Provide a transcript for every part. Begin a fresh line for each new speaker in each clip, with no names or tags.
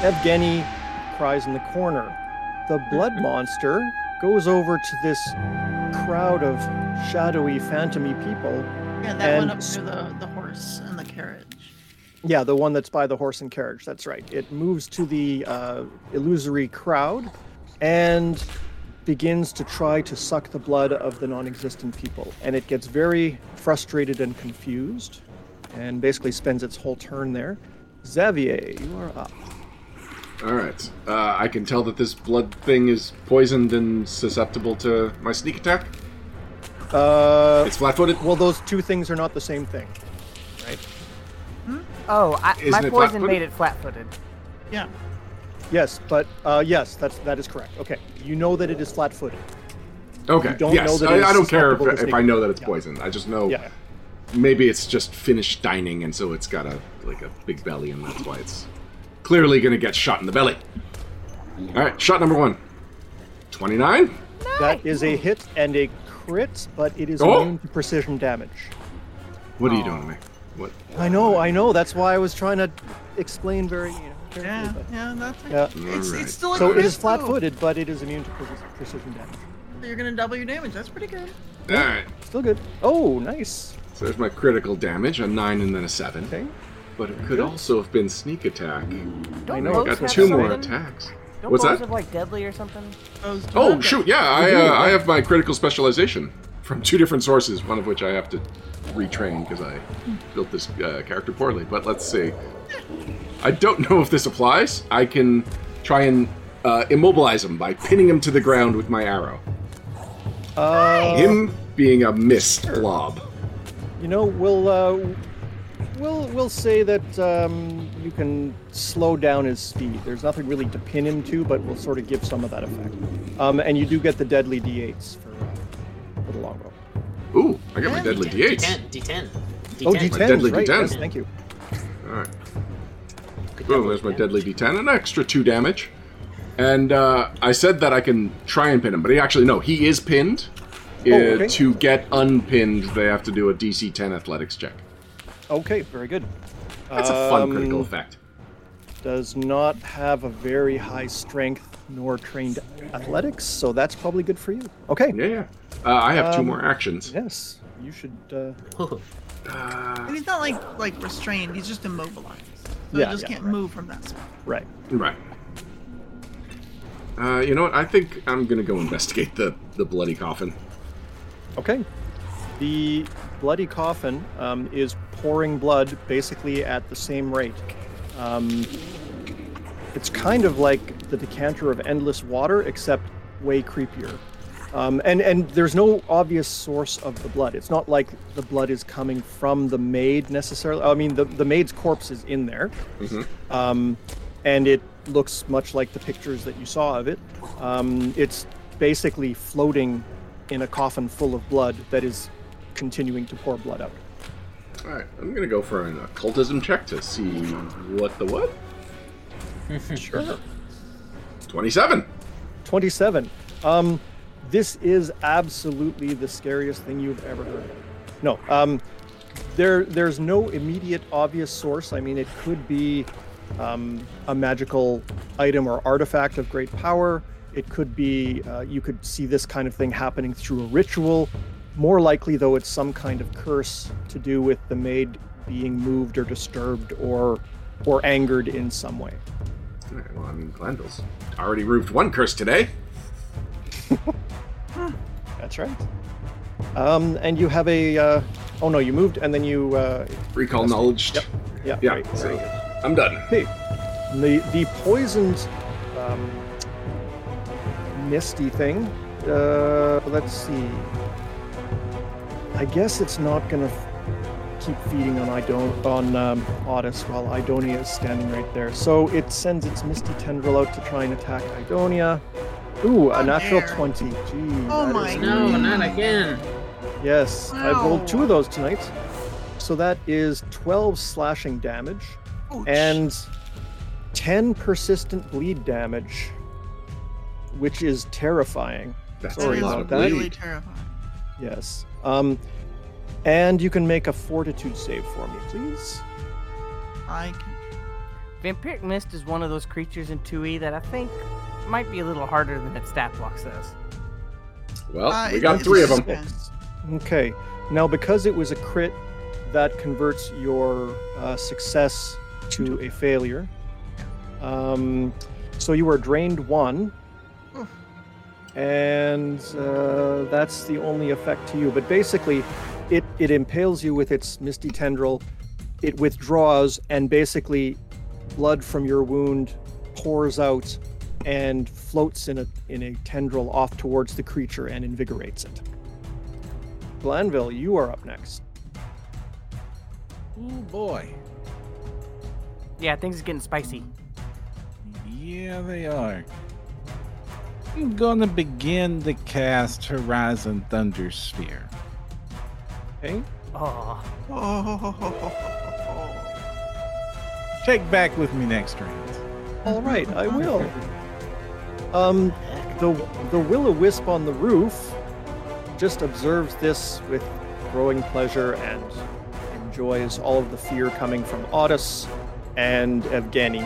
Evgeny cries in the corner. The blood monster goes over to this crowd of shadowy, phantomy people.
Yeah, that
And
one up near the, the horse and the carriage.
Yeah, the one that's by the horse and carriage. That's right. It moves to the uh, illusory crowd and begins to try to suck the blood of the non existent people. And it gets very frustrated and confused and basically spends its whole turn there. Xavier, you are up.
All right. Uh, I can tell that this blood thing is poisoned and susceptible to my sneak attack.
Uh,
It's flat-footed.
well, those two things are not the same thing.
Oh, I,
Isn't
my
it
poison
flat-footed?
made it flat-footed.
Yeah.
Yes, but uh, yes, that's that is correct. Okay, you know that it is flat-footed.
Okay.
You don't know
yes.
that it is
I, I don't care
susceptible
if,
to
if I
sneak
know that it's
attack.
poisoned. I just know
Yeah,
maybe it's just finished dining, and so it's got a like a big belly, and that's why it's clearly gonna get shot in the belly. All right. Shot number one. Twenty-nine.
that is a hit and a crit, but it is
Oh.
immune to precision damage.
What are you doing to me? What?
I know, I know. That's why I was trying to explain very. You know, carefully,
Yeah,
but-
yeah, that's it.
Yeah.
It's,
Alright.
it's still a
So it
crit,
is
though.
flat-footed, but it is immune to preci- precision damage.
You're gonna double your damage. That's pretty good.
All right.
Still good. Oh, nice.
So there's my critical damage, a nine and then a seven.
Okay.
But it could also have been sneak attack.
Don't
know,
bows
I got
have
two more
something-
attacks.
Don't
What's
bows
that?
have like deadly or something?
Those do
Oh
nothing.
shoot! Yeah, I
do.
Mhm.
uh, I have my critical specialization from two different sources. One of which I have to retrain because I built this uh, character poorly. But let's see. I don't know if this applies. I can try and uh, immobilize him by pinning him to the ground with my arrow.
Uh,
him being a mist blob.
You know, we'll uh, we'll we'll say that um, you can slow down his speed. There's nothing really to pin him to, but we'll sort of give some of that effect. Um, and you do get the deadly d8s for, uh, for the longbow.
Ooh, I got my deadly
D10,
d8s.
D10. D10.
Oh, d10s,
deadly
right?
D10.
Yes, thank you.
All right. Boom, there's my deadly d10, an extra two damage. And uh, I said that I can try and pin him, but he actually, no, he is pinned. Uh,
Oh, okay.
To get unpinned, they have to do a DC 10 athletics check.
Okay, very good.
That's a fun
Um,
critical effect.
Does not have a very high strength nor trained athletics, so that's probably good for you. Okay.
Yeah, yeah. Uh, I have two
um,
more actions.
Yes, you should. Uh,
Ooh,
And he's not like like restrained. He's just immobilized. So
Yeah,
he just
yeah,
can't
right.
move from that spot.
right.
Right. Uh, you know what? I think I'm going to go investigate the, the bloody coffin.
Okay. The bloody coffin um, is pouring blood basically at the same rate. Um, it's kind of like the decanter of endless water, except way creepier. Um, and and there's no obvious source of the blood. It's not like the blood is coming from the maid necessarily. I mean, the, the maid's corpse is in there, um, and it looks much like the pictures that you saw of it. Um, it's basically floating in a coffin full of blood that is continuing to pour blood out.
All right, I'm going to go for an occultism check to see what the what?
Sure.
27.
27. Um, this is absolutely the scariest thing you've ever heard. of. No, um, there, there's no immediate obvious source. I mean, it could be um, a magical item or artifact of great power. It could be, uh, you could see this kind of thing happening through a ritual. More likely, though, it's some kind of curse to do with the maid being moved or disturbed or, or angered in some way.
All right, well, I mean, Glenville's already roofed one curse today.
That's right. Um, and you have a. Uh, oh no, you moved, and then you. Uh,
Recall knowledge.
Yep. yeah.
Yeah,
right,
so
very good.
I'm done.
Okay. The the poisoned, um, misty thing. Uh, let's see. I guess it's not gonna f- keep feeding on I don't on um, Otis while Idonia is standing right there. So it sends its misty tendril out to try and attack Idonia. Ooh, a
Come
natural
here.
twenty. Gee,
Oh
that
my
is
no, not again.
Yes, I rolled
Wow.
two of those tonight. So that is 12 slashing damage
Ouch.
and 10 persistent bleed damage, which is terrifying.
That's
That
Sorry
is
about that.
really terrifying.
Yes. Um, and you can make a fortitude save for me, please.
I can.
Vampiric Mist is one of those creatures in 2E that I think might be a little harder than its stat block says.
Well,
Uh,
Oh, we
it-
got
it
three of them.
depends.
Okay. Now, because it was a crit, that converts your uh, success to a failure. Um, so you are drained one.
Oof.
And uh, that's the only effect to you. But basically, it, it impales you with its misty tendril. It withdraws, and basically, blood from your wound pours out and floats in a, in a tendril off towards the creature and invigorates it. Glanville, you are up next.
Oh boy.
Yeah, things are getting spicy.
Yeah, they are. I'm gonna begin to cast Horizon Thunder Sphere.
Okay.
Oh,
Oh,
Check back with me next round.
Mm-hmm.
All right, I will. Um, the the will o wisp on the roof just observes this with growing pleasure and enjoys all of the fear coming from Otis and Evgeny.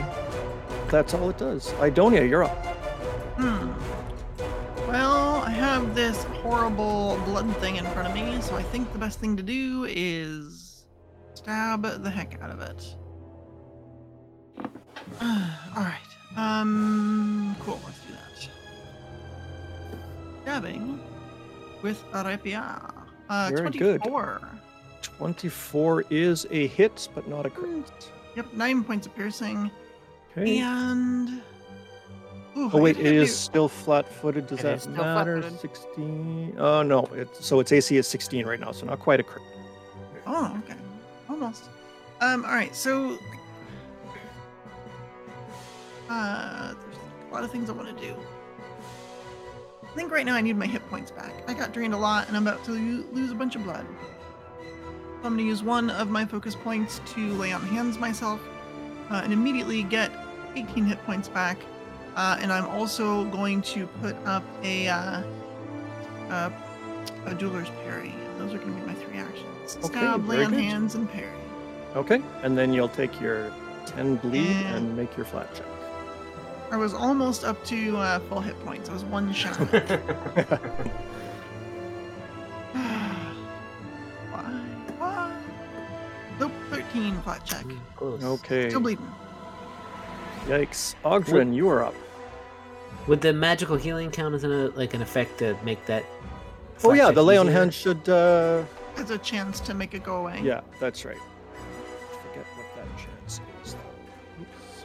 That's all it does. Idonia, you're up.
Well, I have this horrible blood thing in front of me, so I think the best thing to do is stab the heck out of it. All right. Um. Cool. Let's do that. Stabbing with a rapier. Uh,
Very good.
twenty-four.
24 is a hit, but not a crit.
Yep, nine points of piercing,
Okay.
and Ooh,
Oh
I
wait,
can't
it
do-
is still flat-footed. Does
It
that
is still
matter?
flat-footed.
Sixteen. Oh no, it's, so its AC is sixteen right now, so not quite a crit.
Oh, okay. Almost. Um, all right, so uh there's a lot of things I want to do. I think right now I need my hit points back. I got drained a lot and I'm about to lo- lose a bunch of blood. So I'm going to use one of my focus points to lay on hands myself uh, and immediately get 18 hit points back. Uh, and I'm also going to put up a uh, uh, a dueler's parry. And those are going to be my three actions:
Okay,
stab, lay
very
on
good.
hands, and parry.
Okay, and then you'll take your 10 bleed
Yeah.
and make your flat check.
I was almost up to uh, full hit points. I was one shot. Why? Why? Nope, 13 flat check.
Close.
Hmm. Okay.
Still bleeding.
Yikes. Ogdrin, you are up.
Would the magical healing count as an, like an effect to make that?
Oh, yeah,
flat
the
check
lay on
easier?
hand should. Uh...
Has a chance to make it go away.
Yeah, that's right. Forget what that chance is. Oops.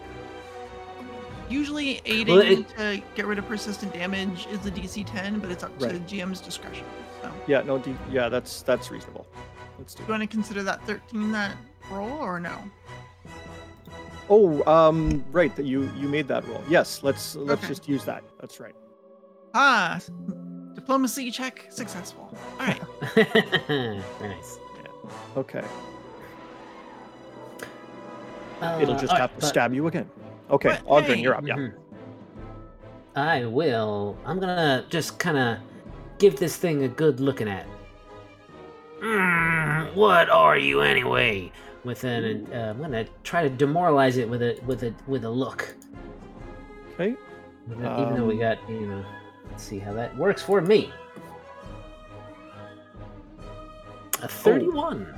Usually, aiding
Well, it-
to get rid of persistent damage is a DC 10, but it's up to
Right.
GM's discretion. So,
Yeah, no, D- yeah, that's that's reasonable. Let's do
do you
it.
want to consider that 13 that roll or no?
Oh, um, right, that you you made that roll. Yes, let's let's
Okay.
just use that. That's right.
Ah, diplomacy check successful. All right.
Very nice.
Okay,
Uh,
it'll just
all
have
right,
to
but-
stab you again. Okay,
But
Ogdrin,
hey!
you're up. Yeah.
Mhm. I will. I'm gonna just kind of give this thing a good looking at. Mm, what are you anyway? With
Hmm.
an, uh, I'm gonna try to demoralize it with a with a with a look.
Okay.
Even even though we
Um,
got, you know, let's see how that works for me.
Oh.
A 31.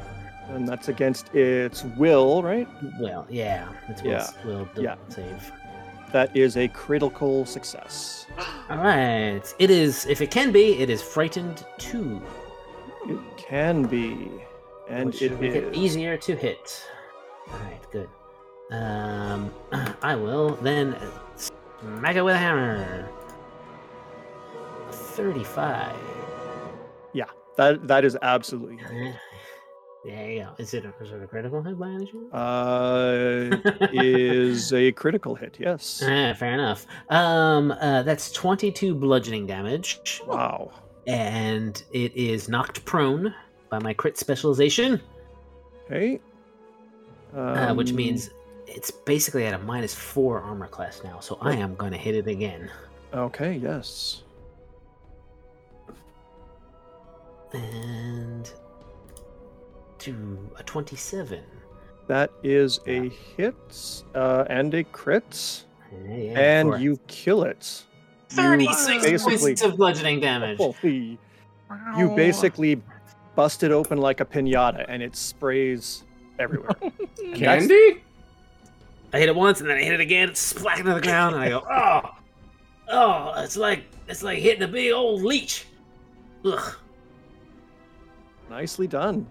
And that's against its will, right?
Well, yeah, that's
Yeah,
what's will do
yeah.
save.
That is a critical success.
All right. It is, if it can be, it is frightened too.
It can be, and
which
it
should make it
is.
easier to hit. All right, good. Um, I will then smack it with a hammer. Thirty-five.
That that is absolutely.
There you go. Is it a, is it a critical hit by any chance?
Uh, is a critical hit. Yes.
Ah, fair enough. Um, uh, that's twenty-two bludgeoning damage,
Wow.
and it is knocked prone by my crit specialization,
Okay.
uh, which
Um,
means it's basically at a minus four armor class now. So I am going to hit it again.
Okay. Yes.
and to a 27
That is a hit uh, and a crit,
Yeah, yeah,
and
four.
you kill it. You
36
basically-
points of bludgeoning damage.
Holy
Wow.
you basically bust it open like a pinata and it sprays everywhere. And that's-
Candy?
I hit it once and then I hit it again, splack to the ground, and I go, oh, oh, it's like it's like hitting a big old leech. Ugh.
nicely done.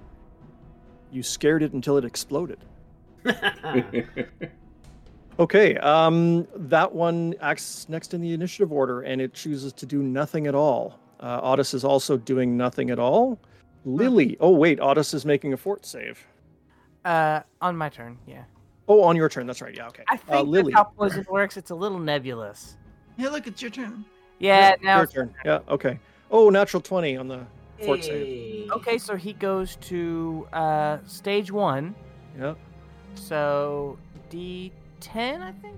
You scared it until it exploded. Okay, um, that one acts next in the initiative order and it chooses to do nothing at all. Uh, Otis is also doing nothing at all. Lily, oh wait, Otis is making a fort save.
Uh, on my turn, yeah.
Oh, on your turn. That's right. Yeah. Okay.
I
Uh,
think
Lily,
that's how poison works. It's a little nebulous.
Hey, look, it's your turn.
Yeah. Now,
your turn. Yeah. Okay. Oh, natural twenty on the fort save.
Hey.
okay, so he goes to uh, stage one.
Yeah.
So D10, I think.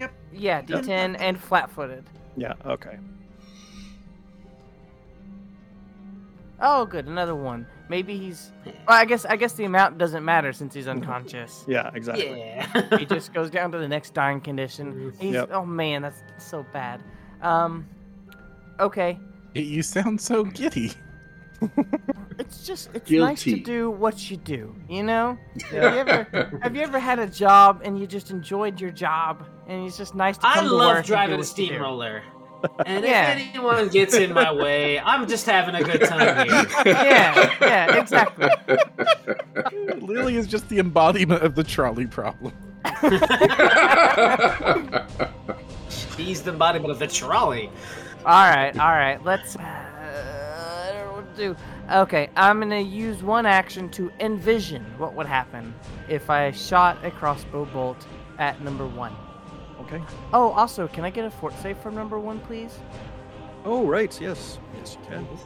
Yep.
Yeah,
Yep.
D10 and flat-footed.
Yeah. Okay.
Oh, good, another one. Maybe he's. Well, I guess I guess the amount doesn't matter since he's unconscious.
Yeah. Exactly.
he
Yeah.
just goes down to the next dying condition. He's,
Yep.
Oh man, that's so bad. Um, okay,
You sound so giddy.
it's just it's nice to
Guilty.
do what you do. You know,
Yeah.
Have you ever- have you ever had a job and you just enjoyed your job and it's just nice to come
I
to work
love
and do
driving a
what you do?
steamroller. And
Yeah.
if anyone gets in my way, I'm just having a good time here.
Yeah, yeah, exactly.
Lily is just the embodiment of the trolley problem.
He's the embodiment of the trolley.
All right, all right. Let's. Uh, I don't know what to do. Okay, I'm gonna use one action to envision what would happen if I shot a crossbow bolt at number one.
Okay.
Oh, also, can I get a fort save from number one, please?
Oh, right. Yes. Yes, you can. Well,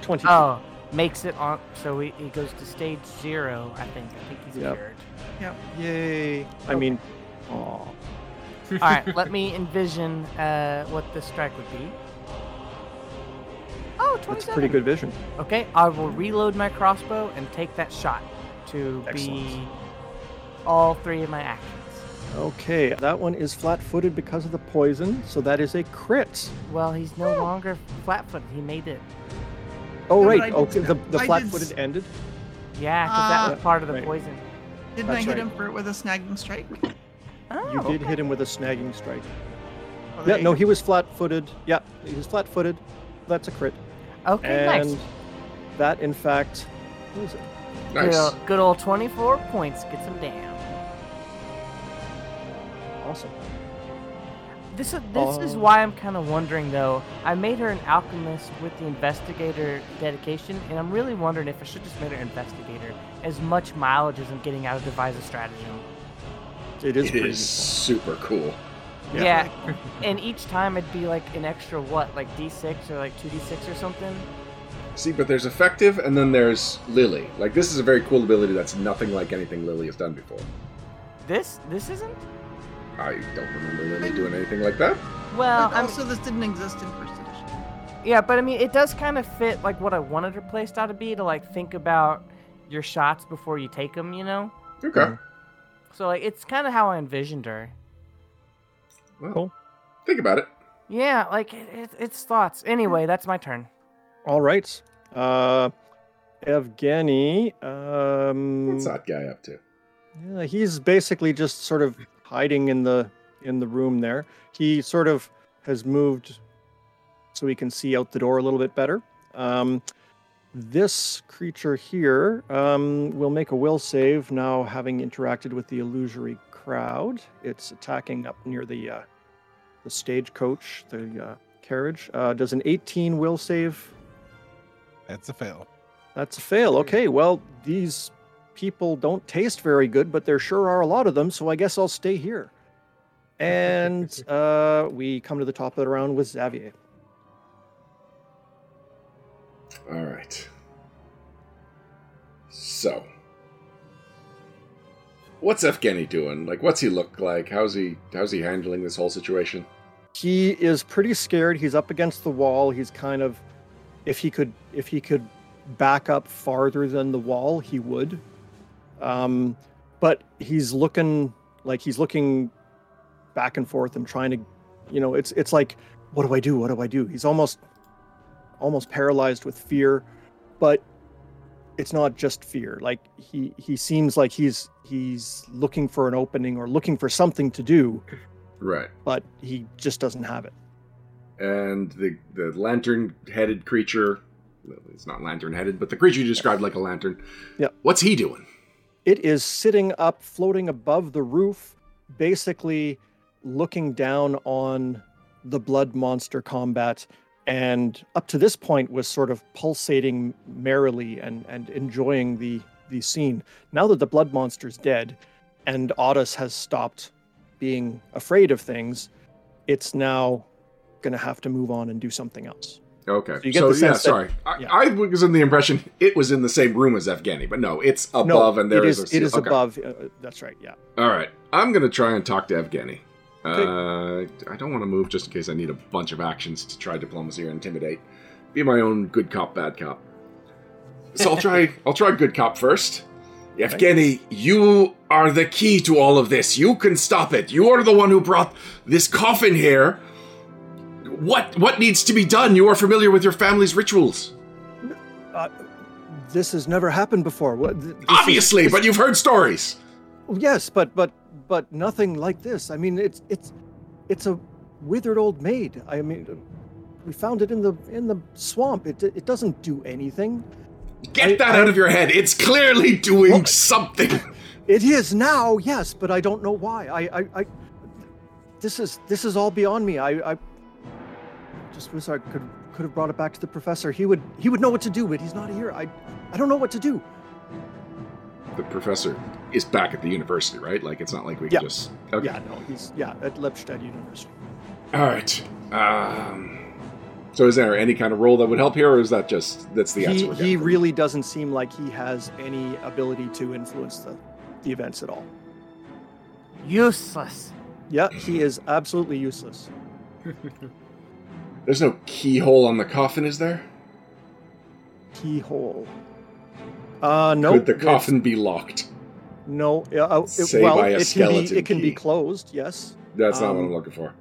Twenty.
Oh, makes it on. So he, he goes to stage zero. I think. I think he's
Yep.
cured.
Yay. I mean, oh.
All right, let me envision uh, what this strike would be. Oh, 27.
That's pretty good vision.
Okay, I will reload my crossbow and take that shot to be
Excellent.
all three of my actions.
Okay, that one is flat-footed because of the poison, so that is a crit.
Well, he's no longer flat-footed. He made it.
Oh
No, but I
right,
did-
okay. The, the
I did s-
flat-footed ended.
Yeah, because that was
Ah.
part of the
Right.
poison.
Didn't I
That's
hit
right.
him for it with a snagging strike?
Oh,
You did
okay.
hit him with a snagging strike.
Well,
Yeah,
Oh, there
no,
you
he was flat-footed. Yeah, he was flat-footed. That's a crit,
Okay,
and
nice.
that in fact, what is it?
nice.
Good, ol- good old 24 points gets him down.
Awesome.
This is this is
Oh.
why I'm kind of wondering though. I made her an alchemist with the investigator dedication, and I'm really wondering if I should just made her investigator as much mileage as I'm getting out of devise a stratagem.
It is
It
pretty
is super cool.
Yeah.
Yeah. and each time it'd be like an extra what, like D6 or like 2D6 or something?
See, but there's effective, and then there's Lily. Like this is a very cool ability that's nothing like anything Lily has done before.
This this isn't?
I don't remember Lily doing anything like that.
Well,
And
I'm,
also, this didn't exist in first edition.
yeah, but I mean, it does kind of fit like what I wanted her playstyle to be to like think about your shots before you take them, you know?
Uh-huh.
Okay.
So like it's kind of how I envisioned her.
Well,
Cool.
think about it.
Yeah, like it, it, it's thoughts. Anyway, that's my turn.
cool. All right, uh, Evgeny. Um,
What's that guy up to?
Yeah, he's basically just sort of hiding in the in the room there. He sort of has moved so he can see out the door a little bit better. Um, this creature here um, will make a will save now, having interacted with the illusory crowd. It's attacking up near the uh, the stagecoach, the uh, carriage. Uh, does an 18 will save
That's a fail.
that's a fail. Okay, well, these people don't taste very good, but there sure are a lot of them, so I guess I'll stay here. And uh, we come to the top of the round with Xavier.
All right. So, what's Evgeny doing? Like, what's he look like? How's he? How's he handling this whole situation?
He is pretty scared. He's up against the wall. He's kind of, if he could, if he could back up farther than the wall, he would. Um, but he's looking like he's looking back and forth and trying to, you know, it's it's like, what do I do? What do I do? He's almost almost paralyzed with fear, but it's not just fear. Like he he seems like he's he's looking for an opening or looking for something to do,
Right.
but he just doesn't have it.
and the the lantern headed creature well, it's not lantern headed but the creature you described like a lantern
Yep.
what's he doing
It is sitting up, floating above the roof, basically looking down on the blood monster combat. And up to this point was sort of pulsating merrily and, and enjoying the, the scene. Now that the blood monster's dead and Otis has stopped being afraid of things, it's now going to have to move on and do something else.
okay
you get
so
the sense
yeah
that-
sorry I,
yeah.
I was in the impression it was in the same room as afghani but no it's above and there
it
is,
is,
a
it is
okay.
above. Uh, that's right. Yeah.
all right i'm gonna try and talk to afghani uh, i don't want to move just in case i need a bunch of actions to try diplomacy or intimidate be my own good cop bad cop so i'll try i'll try good cop first Evgeny, you are the key to all of this. You can stop it. You are the one who brought this coffin here. What what needs to be done? You are familiar with your family's rituals.
This has never happened before. What, th- this is-
Obviously, but you've heard stories.
Yes, but but but nothing like this. I mean, it's it's it's a withered old maid. I mean, we found it in the in the swamp. It it doesn't do anything.
Get
I-
that
I-
out of your head. It's clearly doing something.
It is now, yes, but I don't know why. I I, I this is this is all beyond me. I I just wish I could could have brought it back to the professor. He would he would know what to do, but he's not here. I I don't know what to do.
The professor is back at the university, right? Like it's not like we
Yeah.
can just Okay.
Yeah, no, he's yeah at Lepstad University.
All right. Um, so is there any kind of role that would help here, or is that just that's the answer?
he
we're
he
getting from-
really doesn't seem like he has any ability to influence the, the events at all.
Useless.
Yeah,
Mm-hmm.
he is absolutely useless.
There's no keyhole on the coffin, is there?
Keyhole. Uh, no.
Could the
it's-
coffin be locked?
No. yeah, Uh, it-
Say
well,
by a
it can
skeleton
be. It can
key.
be closed. Yes.
That's not what
Um,
I'm looking for.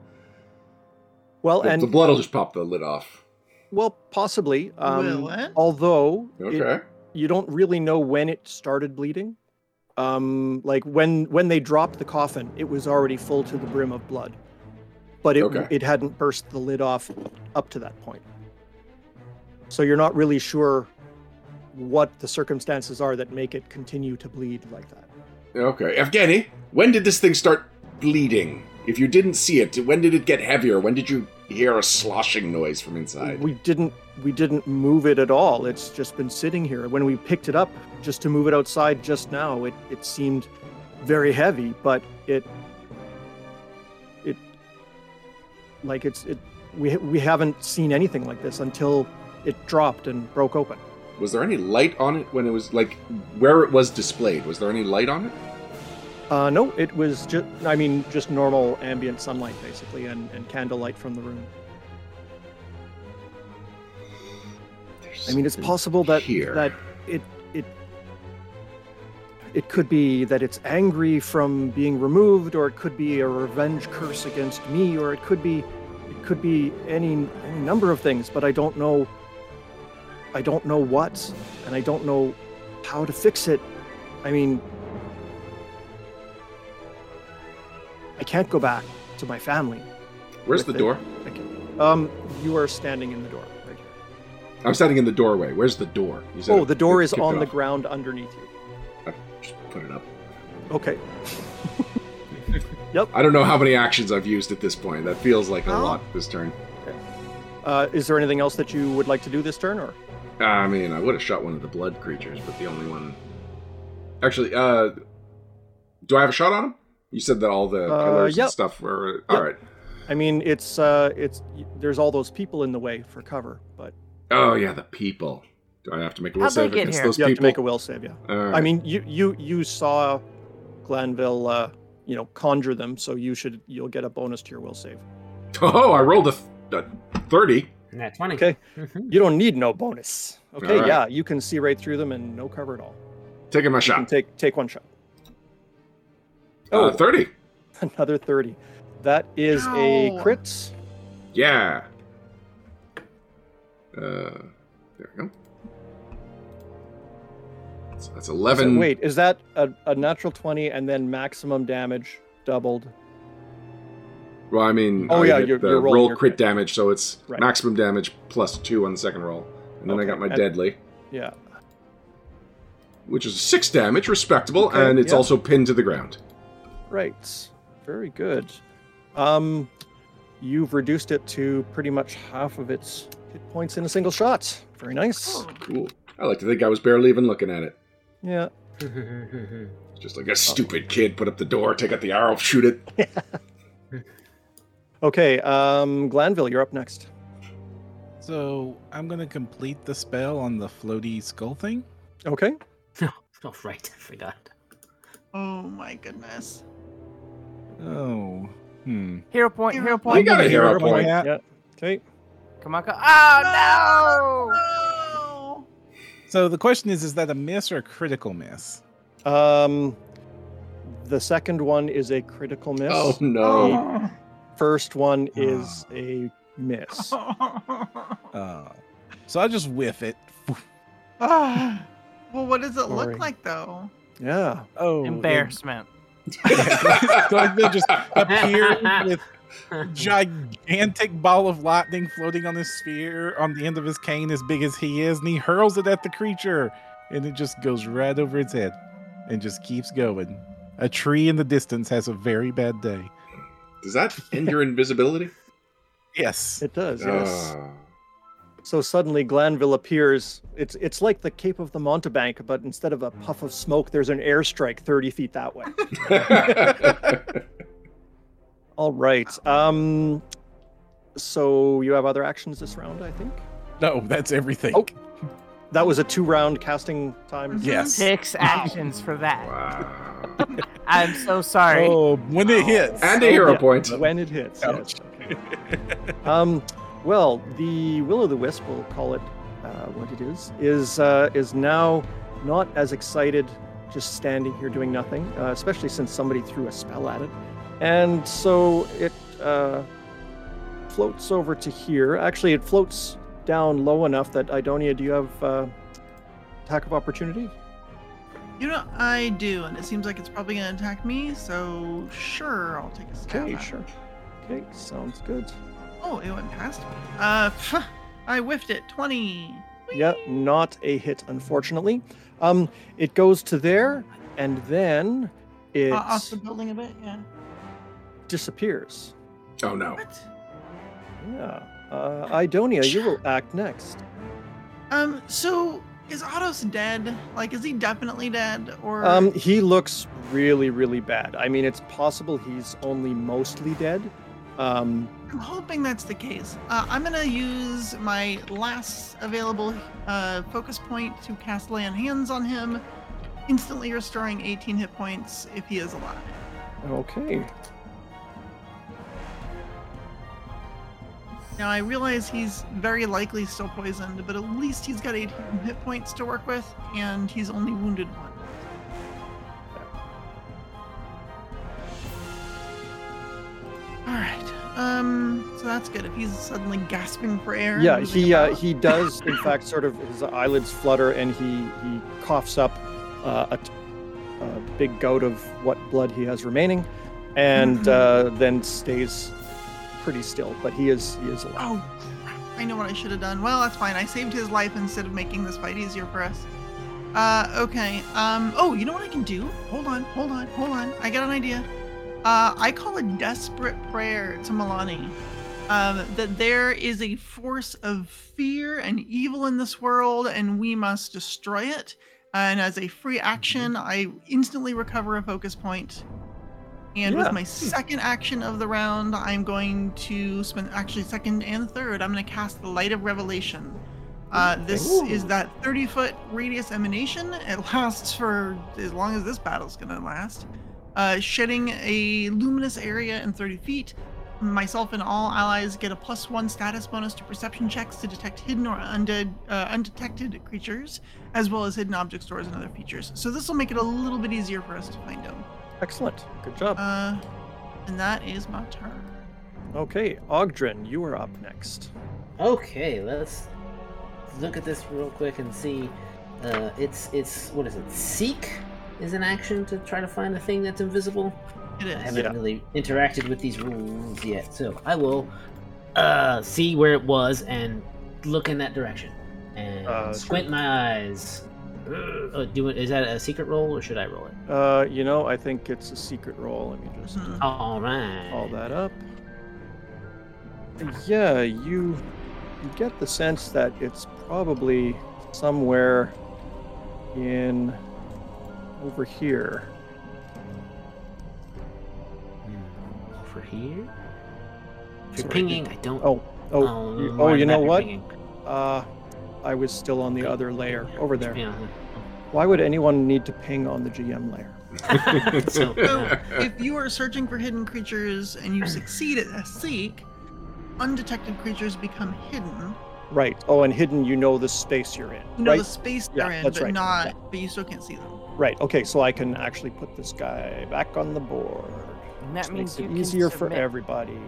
Well,
The,
and
the blood will just pop the lid off.
well, possibly. Um,
Will it?
Although it-
Okay.
you don't really know when it started bleeding. Um, like when when they dropped the coffin, it was already full to the brim of blood, but it
Okay.
it hadn't burst the lid off up to that point. So you're not really sure what the circumstances are that make it continue to bleed like that.
Okay. Evgeny, when did this thing start bleeding? If you didn't see it, when did it get heavier? When did you hear a sloshing noise from inside?
We didn't we didn't move it at all. It's just been sitting here. When we picked it up just to move it outside just now, it, it seemed very heavy, but it it like it's it we we haven't seen anything like this until it dropped and broke open.
Was there any light on it when it was like where it was displayed? Was there any light on it?
Uh, no, it was just I mean just normal ambient sunlight basically and, and candlelight from the room. I mean, it's
There's
possible that
here.
that it it it could be that it's angry from being removed, or it could be a revenge curse against me, or it could be it could be any any number of things. But I don't know. I don't know what, and I don't know how to fix it. I mean, I can't go back to my family.
Where's the
with it.
door?
I can't. Um, you are standing in the door right here.
I'm standing in the doorway. Where's the door? You said
Oh,
it-
the door
it
is
kicked
on the
off.
ground underneath you.
Just put it up.
Okay.
I don't know how many actions I've used at this point. That feels like a
Oh.
lot this turn.
Uh, is there anything else that you would like to do this turn, or
I mean, I would have shot one of the blood creatures, but the only one. Actually, uh, do I have a shot on him? You said that all the
Uh,
colors
yep.
and stuff were
Yep.
all right.
I mean, it's uh, it's there's all those people in the way for cover, but
Oh yeah, the people. Do I have to make a will
How'd they
save
get
against
here?
those
you have to
people?
make a will save. Yeah.
All right.
I mean, you you you saw Glanville, uh, you know, conjure them, so you should you'll get a bonus to your will save.
oh, I rolled a, th- a thirty.
Nat 20.
Okay.
Mhm.
You don't need no bonus. Okay,
Hmm. All right.
yeah, you can see right through them and no cover at all.
Taking my
You can
shot.
take take one shot.
Oh,
Oh,
uh, 30.
another 30. That is a
Ow.
crit.
Yeah. Uh, there we go. So that's
So
11.
wait, is that a, a natural 20 and then maximum damage doubled?
Well, I mean,
Oh,
I
yeah,
hit
you're-
the
you're rolling
roll
your
crit,
crit.
damage, so it's
Right.
maximum damage plus two on the second roll, and then
Okay,
I got my
and-
deadly,
Yeah.
which is six damage, respectable,
Okay,
and it's
yeah.
also pinned to the ground.
Right. Very good. Um you've reduced it to pretty much half of its hit points in a single shot. Very nice.
Oh,
Cool. I like to think I was barely even looking at it.
Yeah.
Just
Oh.
like a stupid kid, put up the door, take out the arrow, shoot it.
Okay, um Glanville, you're up next.
So I'm gonna complete the spell on the floaty skull thing.
Okay.
oh, right. I forgot.
oh my goodness.
Oh, hmm.
Hero point, hero
Hero
I
point.
point.
got a hero
Hero
point.
point.
Yeah.
Yeah.
Okay.
Come on, come Oh, no!
Oh.
No.
So the question is, is that a miss or a critical miss?
Um the second one is a critical miss.
Oh Ah. no!
First one is a miss.
Uh, so I just whiff it.
Ah. well, what does it
Sorry.
look like though?
Yeah.
Oh,
Embarrassment.
Oh.
Glanville just appeared with gigantic ball of lightning floating on his sphere on the end of his cane as big as he is and he hurls it at the creature and it just goes right over its head and just keeps going a tree in the distance has a very bad day
Does that end your invisibility?
yes
It does, yes.
Ah.
So suddenly Glanville appears. It's it's like the Cape of the Montebank, but instead of a puff of smoke, there's an airstrike 30 feet that way. All right. Um so you have other actions this round, I think.
no that's everything
Oh. That was a two-round casting time.
yes
Six actions for that.
wow.
I'm so sorry.
oh when it hits
And a hero
yeah.
point.
When it hits. yes.
Ouch.
Um, well, the will o' the wisp, we'll call it uh, what it is, is uh, is now not as excited, just standing here doing nothing, uh, especially since somebody threw a spell at it, and so it uh, floats over to here. Actually, it floats down low enough that Idonia, do you have uh, attack of opportunity?
You know, I do, and it seems like it's probably gonna attack me. So sure, I'll take a stab.
Okay,
at it.
sure. Okay, sounds good.
Oh, it went past me. Uh, phew, I whiffed it. Twenty.
Yeah, not a hit, unfortunately. Um, it goes to there, and then it
Uh, off the building a bit. Yeah.
disappears.
Oh no!
What?
Yeah. Uh, Idonia, you will act next.
Um. So is Otto's dead? Like, is he definitely dead? Or
Um, he looks really, really bad. I mean, it's possible he's only mostly dead. Um,
I'm hoping that's the case. Uh, I'm gonna use my last available uh, focus point to cast Lay on Hands on him, instantly restoring 18 hit points if he is alive.
okay.
Now I realize he's very likely still poisoned, but at least he's got 18 hit points to work with, and he's only wounded one. All right. Um. So that's good. If he's suddenly gasping for air. and
Yeah,
moving
he uh,
about.
he does, in fact, sort of his eyelids flutter and he he coughs up uh, a, t- a big gout of what blood he has remaining, and uh, then stays pretty still. But he is he is alive.
Oh, crap. I know what I should have done. Well, that's fine. I saved his life instead of making this fight easier for us. Uh, okay. Um, oh, you know what I can do? Hold on, hold on, hold on. I got an idea. Uh, I call a desperate prayer to Milani. Um, that there is a force of fear and evil in this world, and we must destroy it. And as a free action, I instantly recover a focus point. And
Yeah.
with my second action of the round, I'm going to spend actually second and third. I'm going to cast the Light of Revelation. Uh, this is that 30 foot radius emanation. It lasts for as long as this battle's going to last, uh, shedding a luminous area in 30 feet. Myself and all allies get a plus one status bonus to perception checks to detect hidden or undead, uh, undetected creatures, as well as hidden object stores and other features. So this will make it a little bit easier for us to find them.
Excellent. Good job.
Uh, and that is my turn.
Okay, Ogdrin, you are up next.
Okay, let's look at this real quick and see. Uh, it's it's what is it? Seek is an action to try to find a thing that's invisible.
It
I
is.
haven't
Yeah.
really interacted with these rules yet, so I will uh, see where it was and look in that direction and
Uh,
squint my eyes. Uh, do it. Is that a secret roll or should I roll it?
Uh, you know, I think it's a secret roll. Let me just
Mhm.
All right.
call that up. Yeah, you you get the sense that it's probably somewhere in over here.
Hmm, Over here. If you're
Sorry,
pinging, I don't.
Oh, oh,
I'll
you, oh,
mark
you
Um, that
know
you're
what?
pinging.
Uh, I was still on the other layer over there.
Yeah.
Why would anyone need to ping on the GM layer?
So,
So,
oh. if you are searching for hidden creatures and you succeed at a seek, undetected creatures become hidden.
Right. Oh, and hidden, you know the space you're in.
You know
right.
the space
Yeah,
they're in,
that's
but
right.
not, but you still can't see them.
Right. Okay, so I can actually put this guy back on the board.
And that
which
means
makes
you
it
can
easier for
submit-
everybody.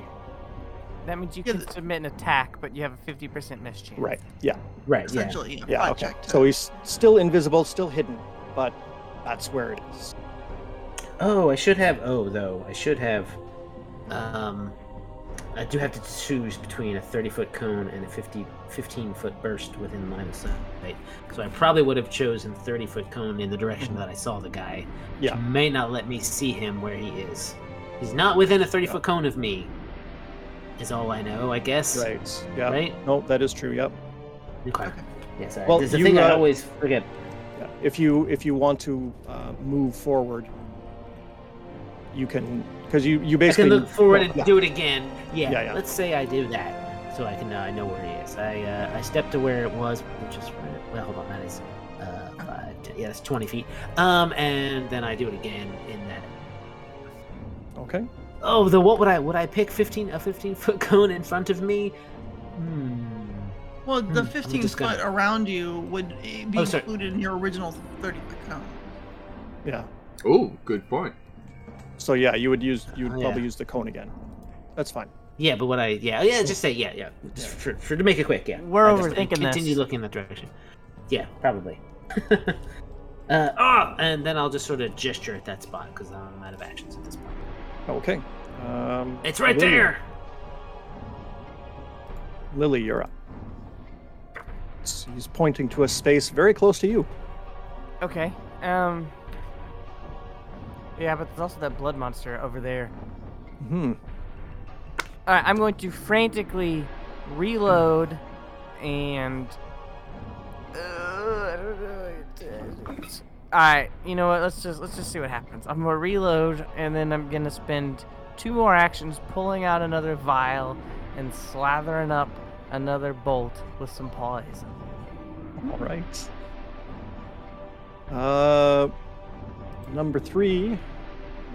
That means you
Yeah,
can
the-
submit an attack, but you have a fifty percent miss chance.
Right. Yeah.
right. Yeah.
Essentially, a
Yeah.
flat
Okay.
check to-
So he's still invisible, still hidden, but that's where it is.
Oh, I should have. Oh, though I should have. Um, I do have to choose between a 30-foot cone and a 50, 15-foot burst within line of sight. So I probably would have chosen 30-foot cone in the direction that I saw the guy. which
Yeah.
may not let me see him where he is. He's not within a 30-foot cone of me. Is all I know, I guess.
Right. Yeah.
Right?
No, that is true. Yep.
Okay.
Okay.
Yeah, sorry.
Well,
There's a
you,
thing I
uh,
always forget.
Yeah. If you if you want to uh, move forward, you can because you you
I can
basically
look forward
well,
and
yeah.
do it again. Yeah,
Yeah, yeah.
Let's say I do that, so I can uh, I know where he is. I uh, I step to where it was, which is right- well, hold on, that is uh, five, ten, yeah, that's twenty feet. Um, and then I do it again in that.
Okay.
Oh, the what would I would I pick fifteen a fifteen foot cone in front of me? Hmm.
Well, the
Hmm, I'm
15
just
foot
gonna-
around you would eh, be
Oh, sorry.
included in your original 30 foot cone.
Yeah.
Oh, good point.
So yeah, you would use you would
Oh, yeah.
probably use the cone again. That's fine.
Yeah, but what I yeah yeah just say yeah yeah just for, for to make it quick yeah.
We're
I just- I
overthinking
Continue
this.
looking in that direction. Yeah, probably. uh, ah, and then I'll just sort of gesture at that spot because I'm out of actions at this point.
Okay. Um,
It's right
Lily-
there.
Lily, you're up. S- He's pointing to a space very close to you.
Okay. Um. Yeah, but there's also that blood monster over there.
Hmm.
All right, I'm going to frantically reload and. uh, All right, you know what? Let's just let's just see what happens. I'm gonna reload, and then I'm gonna spend two more actions pulling out another vial and slathering up another bolt with some poison.
All right. Uh, number three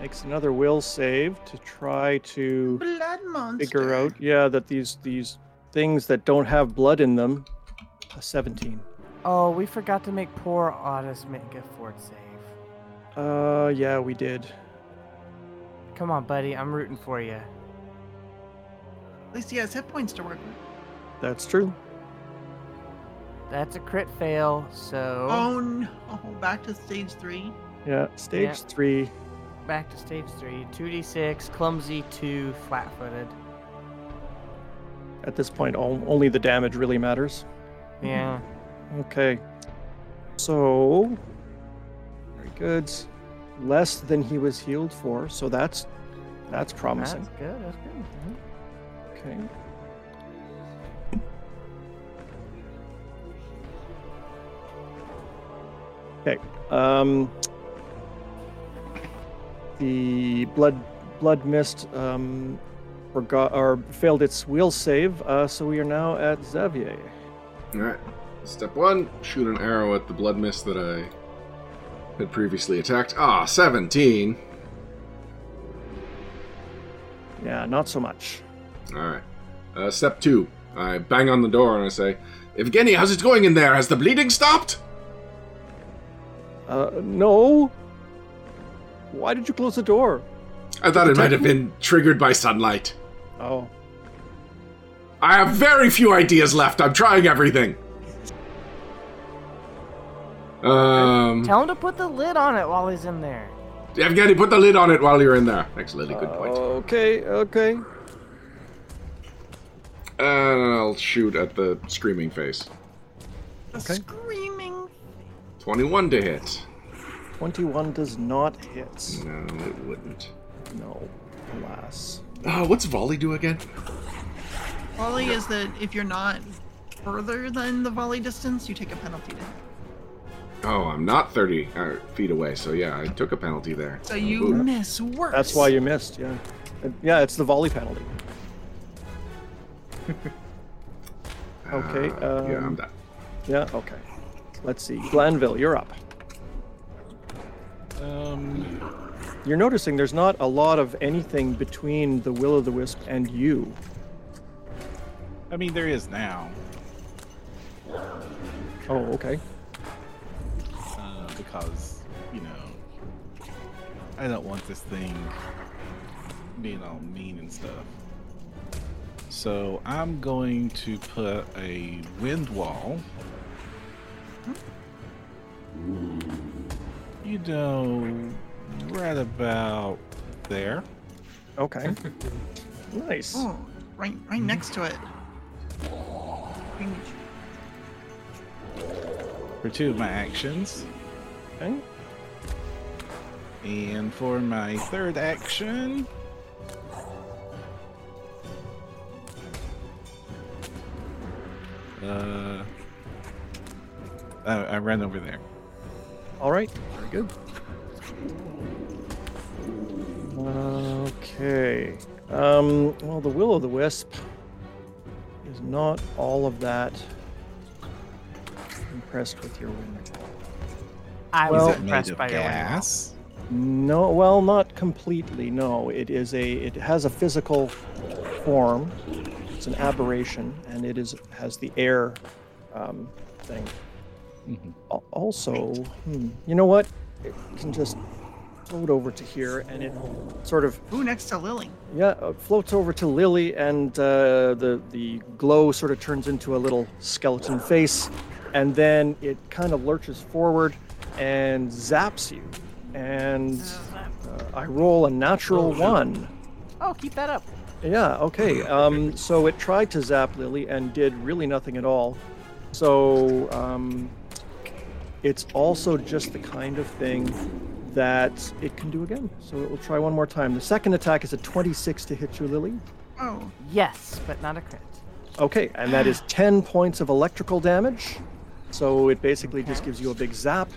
makes another will save to try to
Blood monster.
figure out, yeah, that these these things that don't have blood in them. A 17.
Oh, we forgot to make poor Otis make a fort save.
Uh, yeah, we did.
Come on, buddy, I'm rooting for you.
At least he has hit points to work with.
That's true.
That's a crit fail, so
Oh, no. Back to stage three.
Yeah, stage
Yeah.
three.
back to stage three. Two d six, clumsy two, flat footed.
At this point, on- only the damage really matters.
Yeah.
Okay. So, very good. Less than he was healed for, so that's that's promising.
That's good. That's good. mhm.
Okay. Okay. Um, the blood blood mist um, forgot or failed its will save, uh, so we are now at Xavier.
All right. Step one: shoot an arrow at the blood mist that I had previously attacked. Ah, seventeen.
Yeah, not so much.
All right. Uh, step two. I bang on the door and I say, Evgeny, how's it going in there? Has the bleeding stopped?
Uh, no. Why did you close the door?
I thought it might have been triggered by sunlight.
Oh,
I have very few ideas left. I'm trying everything. Um,
Mm.
Tell him to put the lid on it while he's in there.
Evgeny, put the lid on it while you're in there. Thanks, Lily. Good point.
okay, okay.
And Uh, I'll shoot at the screaming face.
The
Okay.
screaming.
21 to hit.
21 does not hit.
No, it wouldn't.
No, alas.
Oh, what's volley do again?
Volley is that if you're not further than the volley distance, you take a penalty. To
Oh, I'm not 30 uh, feet away, so yeah, I took a penalty there.
So you
Ooh.
miss worse.
That's why you missed, yeah. Uh, Yeah, it's the volley penalty. Okay,
Uh, yeah, I'm
um,
done.
Yeah, okay. Let's see. Glanville, you're up.
Um,
You're noticing there's not a lot of anything between the Will o' the Wisp and you.
I mean, there is now
Oh, okay.
uh, because you know I don't want this thing being all mean and stuff. So I'm going to put a wind wall. You know, right about there.
Okay. Nice.
Oh, right, right next to it. Screaming.
for two of my actions.
Okay.
And for my third action. Uh, I, I ran over there.
All right. Very good. Okay. Um, well, the Will o' the Wisp is not all of that impressed with your win.
I
Well-
was
Is it made
impressed
of
by your win.
gas?
No, well, not completely. No, it is a. It has a physical form. It's an aberration, and it is has the air um, thing.
Mhm.
Al- Also, hmm, you know what? It can just float over to here, and it sort of
Ooh, next to Lily.
yeah uh, floats over to Lily, and uh, the the glow sort of turns into a little skeleton face, and then it kind of lurches forward and zaps you, and. Uh, I roll a natural one.
Oh, keep that up.
Yeah, okay. Um, so it tried to zap Lily and did really nothing at all. So um, it's also just the kind of thing that it can do again. So it will try one more time. The second attack is a 26 to hit you, Lily.
Oh,
Yes, but not a crit.
Okay, and that
Ah.
is 10 points of electrical damage. So it basically just
Okay.
gives you a big zap,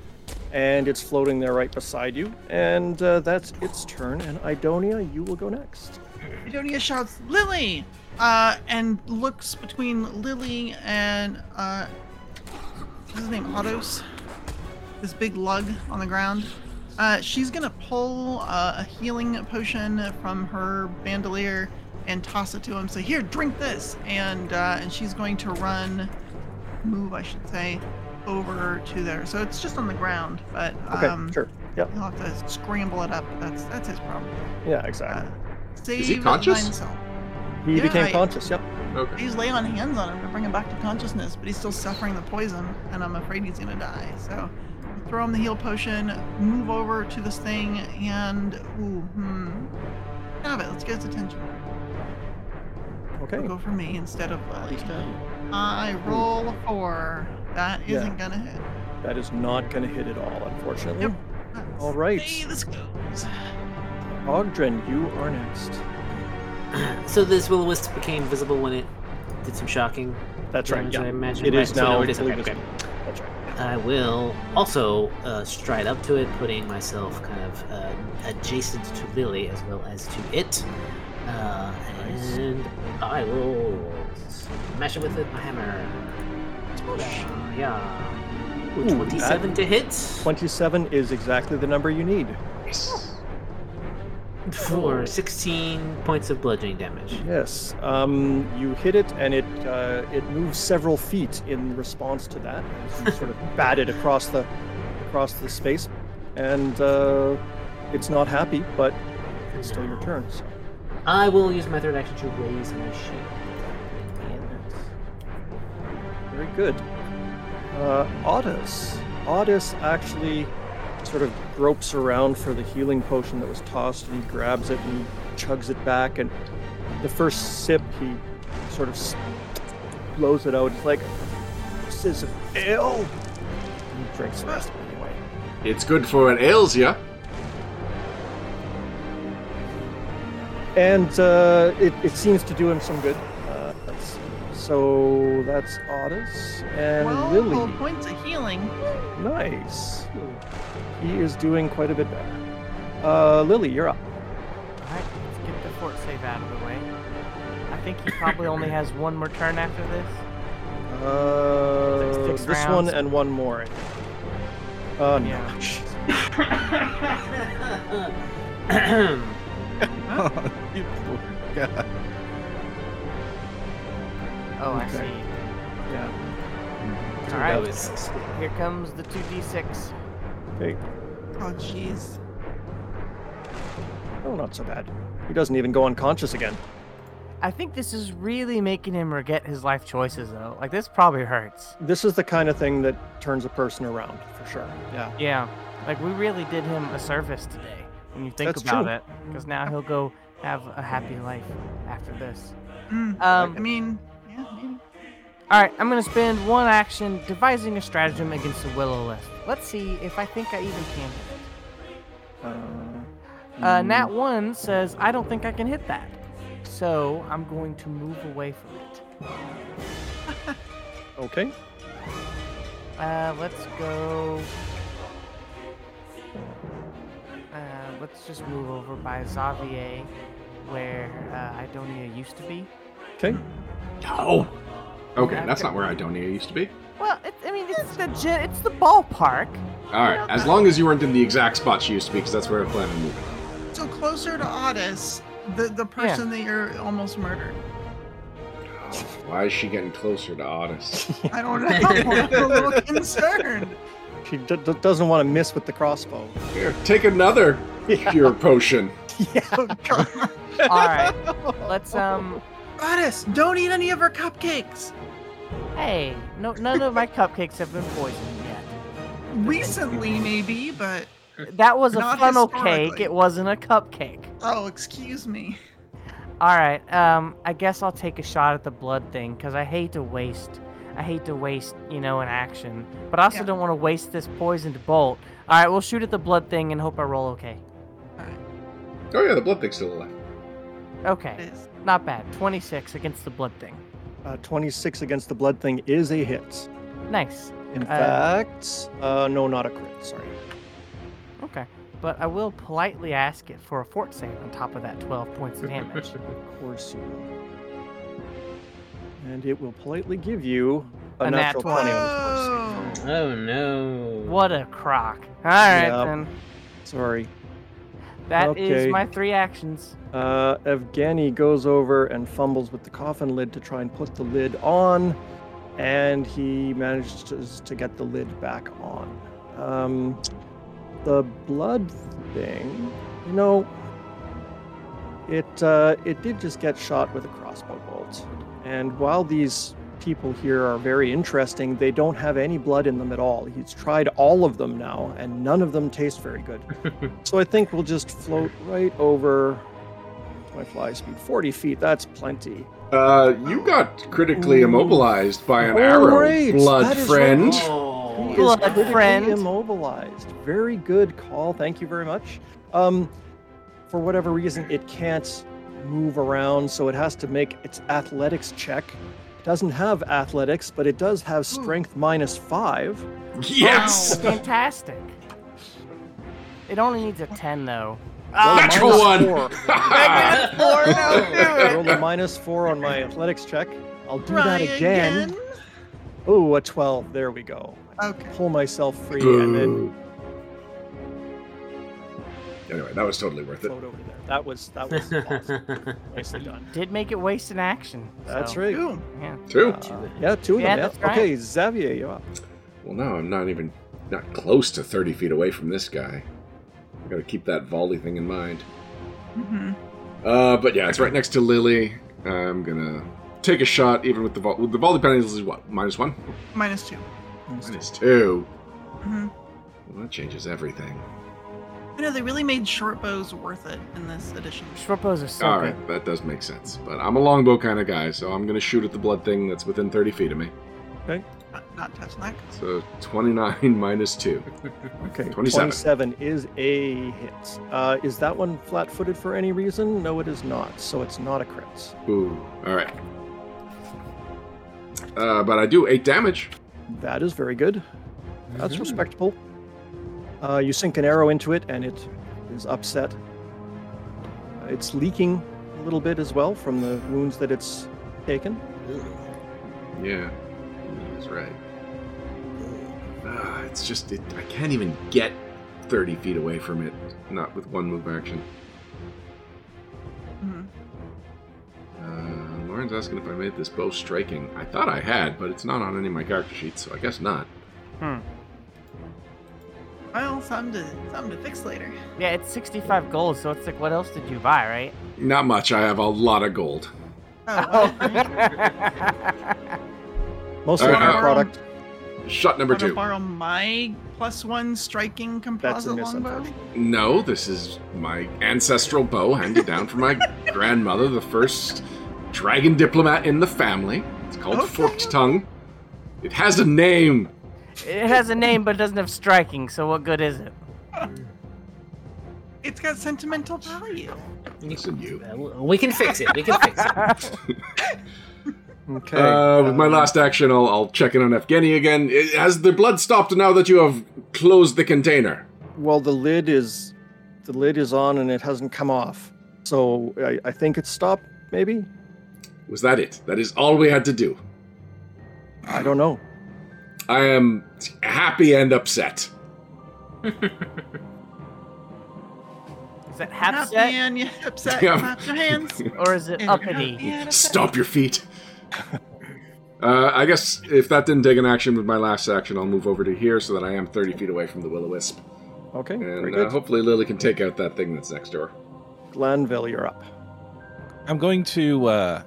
and it's floating there right beside you. And uh, that's its turn. And Idonia, you will go next.
Idonia shouts, Lily! Uh, and looks between Lily and, uh, what's his name? Autos? This big lug on the ground. Uh, she's gonna pull uh, a healing potion from her bandolier and toss it to him. Say, here, drink this! And, uh, and she's going to run, move, I should say, over to there. So it's just on the ground, but,
Okay,
um,
sure. Yeah,
he'll have to scramble it up. That's, that's his problem.
yeah,
Uh,
exactly.
save
conscious?
Himself.
He
uh, Yeah,
became
I-
conscious. Yep.
Okay.
He's laying on hands on him to bring him back to consciousness, but he's still suffering the poison, and I'm afraid he's gonna die. So, throw him the heal potion, move over to this thing, and ooh, hmm, have it. Let's get its attention.
Okay.
Go for me instead of Lily. I roll a four. That
Yeah.
isn't gonna hit.
That is not going to hit at all, unfortunately.
Yep.
All right.
Hey, this goes.
Ogdrin, you are next.
So this will wisp became visible when it did some shocking.
That's right.
damage, I
Yeah.
imagine.
It
Right,
is
so
now.
now it is-
fully
okay,
visible. That's right.
I will also uh, stride up to it, putting myself kind of uh, adjacent to Lily as well as to it. Uh, and I will smash it with it, my hammer. Yeah, yeah. Ooh,
Ooh,
27 to hit.
Twenty-seven is exactly the number you need.
for 16 points of bludgeoning damage.
Yes. Um, you hit it, and it uh, it moves several feet in response to that. You sort of batted across the across the space, and uh, it's not happy, but it's still your turn. So.
I will use my third action to raise my shield.
Very good. Uh, Otis. Otis actually sort of gropes around for the healing potion that was tossed and he grabs it and chugs it back. And the first sip, he sort of s- blows it out. He's like, This is ill. And he drinks the rest of it anyway.
It's good for it ails ya.
And uh, it, it seems to do him some good. Uh, let's see. So that's Otis and
Well,
Lily.
whole points of healing.
Nice. He is doing quite a bit better. Uh, Lily, you're up.
Alright, let's get the fort save out of the way. I think he probably only has one more turn after this.
Uh,
Six- six
this
rounds.
one and one more. I think. Uh, no.
Yeah.
you poor guy.
Oh, I
Okay.
see.
Yeah.
That
Alright,
was
here comes the 2d6.
Okay.
Oh, jeez.
Oh, not so bad. He doesn't even go unconscious again.
I think this is really making him regret his life choices, though. Like, this probably hurts.
This is the kind of thing that turns a person around, for sure. Yeah.
Yeah. Like, we really did him a service today when you think
That's
about
true.
it. Because now he'll go have a happy life after this.
Mm.
Um,
I mean, yeah, maybe.
All right, I'm gonna spend one action devising a stratagem against the Willow List. Let's see if I think I even can.
Uh, mm.
Uh, Nat one says I don't think I can hit that, so I'm going to move away from it.
okay.
Uh, let's go. Uh, let's just move over by Xavier, where uh, Idonia used to be.
Okay.
No. Okay, that's not where Idonia used to be.
Well, it, I mean, it's the gen- it's the ballpark.
All right, as long as you weren't in the exact spot she used to be, because that's where I plan on moving.
So closer to Otis, the the person that you're almost murdered.
Why is she getting closer to Otis?
I don't know. I'm a little concerned.
She d- d- doesn't want to miss with the crossbow.
Here, take another cure potion.
Oh, God.
All right, let's um.
Otis, don't eat any of her cupcakes.
Hey, no, none of my cupcakes have been poisoned yet.
Recently, maybe, but
That was a
Not
funnel cake.
historically.
It wasn't a cupcake.
oh, excuse me.
All right. Um, I guess I'll take a shot at the blood thing because I hate to waste. I hate to waste, you know, an action, but I also
Yeah.
don't want to waste this poisoned bolt. All right, we'll shoot at the blood thing and hope I roll okay.
Oh yeah, the blood thing's still alive.
Okay,
Otis.
not bad. 26 against the blood thing.
Uh, 26 against the blood thing is a hit.
Nice.
In
Uh,
fact, uh, no, not a crit. Sorry.
Okay, but I will politely ask it for a fort save on top of that 12 points of damage.
Of course you will. And it will politely give you a,
A nat
natural 20.
20.
on this force save.
Whoa.
Oh no.
what a crock! All right
Yep.
then.
Sorry.
That is
Okay.
my three actions.
Uh, Evgeny goes over and fumbles with the coffin lid to try and put the lid on, and he manages to, to get the lid back on. Um, the blood thing, you know, it uh, it did just get shot with a crossbow bolt, and while these people here are very interesting, they don't have any blood in them at all. He's tried all of them now, and none of them taste very good. so I think we'll just float right over my fly speed 40 feet that's plenty
Uh, you got critically
Ooh.
immobilized by an
Oh,
arrow,
right,
blood
that is
friend.
right.
Oh.
He is
Blood
critically
friend.
immobilized very good call thank you very much um for whatever reason it can't move around so it has to make its athletics check it doesn't have athletics but it does have strength minus five
Yes,
Fantastic. It only needs a 10 though.
Roll a
Ah, natural
minus
one.
four. Ah.
Alright,
roll a minus four on my athletics check i'll do
Try
that again, oh a 12 there we go
Okay.
pull myself free and then
Boo. Anyway, that was totally worth it.
float over there. That was that was awesome. nicely done.
Did make it waste an action.
That's
so,
right.
Boom.
Yeah.
Two.
Yeah, two of
Yeah,
them.
that's
Yeah.
right.
Okay, Xavier, you're up.
Well, now I'm not even not close to 30 feet away from this guy. I gotta keep that volley thing in mind.
Mm-hmm.
Uh, but yeah, it's right next to Lily. I'm gonna take a shot, even with the volley. The volley penalties is what? Minus one?
Minus two.
Minus two.
Mm-hmm.
Well, that changes everything.
You know, they really made short bows worth it in this edition.
Short bows are so
All
good.
right, that does make sense. But I'm a longbow kind of guy, so I'm gonna shoot at the blood thing that's within 30 feet of me.
Not, not touching that.
So 29 minus two.
Okay,
27.
27 is a hit. Uh, is that one flat footed for any reason? No, it is not. So it's not a crit.
Ooh. All right. Uh, but I do eight damage.
That is very good. That's
Mm-hmm.
respectable. Uh, you sink an arrow into it and it is upset. Uh, It's leaking a little bit as well from the wounds that it's taken.
Yeah, that's right. Ah, it's just it, I can't even get 30 feet away from it, not with one move action.
Mm-hmm.
Uh, Lauren's asking if I made this bow striking. I thought I had, but it's not on any of my character sheets, so I guess not.
Well, something to something to fix later.
Yeah, it's 65 gold, so it's like, what else did you buy, right?
Not much. I have a lot of gold.
Oh, well,
Mostly
Alright,
from
uh,
product.
Shot number
wanna
two.
borrow my plus one striking
That's a
composite
miss,
longbow.
unfortunately.
No, this is my ancestral bow handed down from my grandmother, the first dragon diplomat in the family. It's called
Okay.
Forked Tongue. It has a name.
it has a name, but doesn't have striking, so what good is it?
It's got sentimental value.
Listen, you.
Uh, w- we can fix it. We can fix it.
Okay.
Uh, with my
um,
last action, I'll, I'll check in on Evgeny again. I- Has the blood stopped now that you have closed the container?
Well, the lid is the lid is on and it hasn't come off. So I, I think it's stopped. Maybe
Was that it? That is all we had to do.
I don't know.
I am happy and upset.
Is that
Not
upset
being upset.
Yeah.
Clap your hands.
or is it
And not
uppity?
being upset.
Stomp your feet. Uh, I guess if that didn't take an action with my last action, I'll move over to here so that I am 30 feet away from the will o wisp.
Okay, very
And
good.
uh, hopefully Lily can take out that thing that's next door.
Glanville, you're up.
I'm going to uh,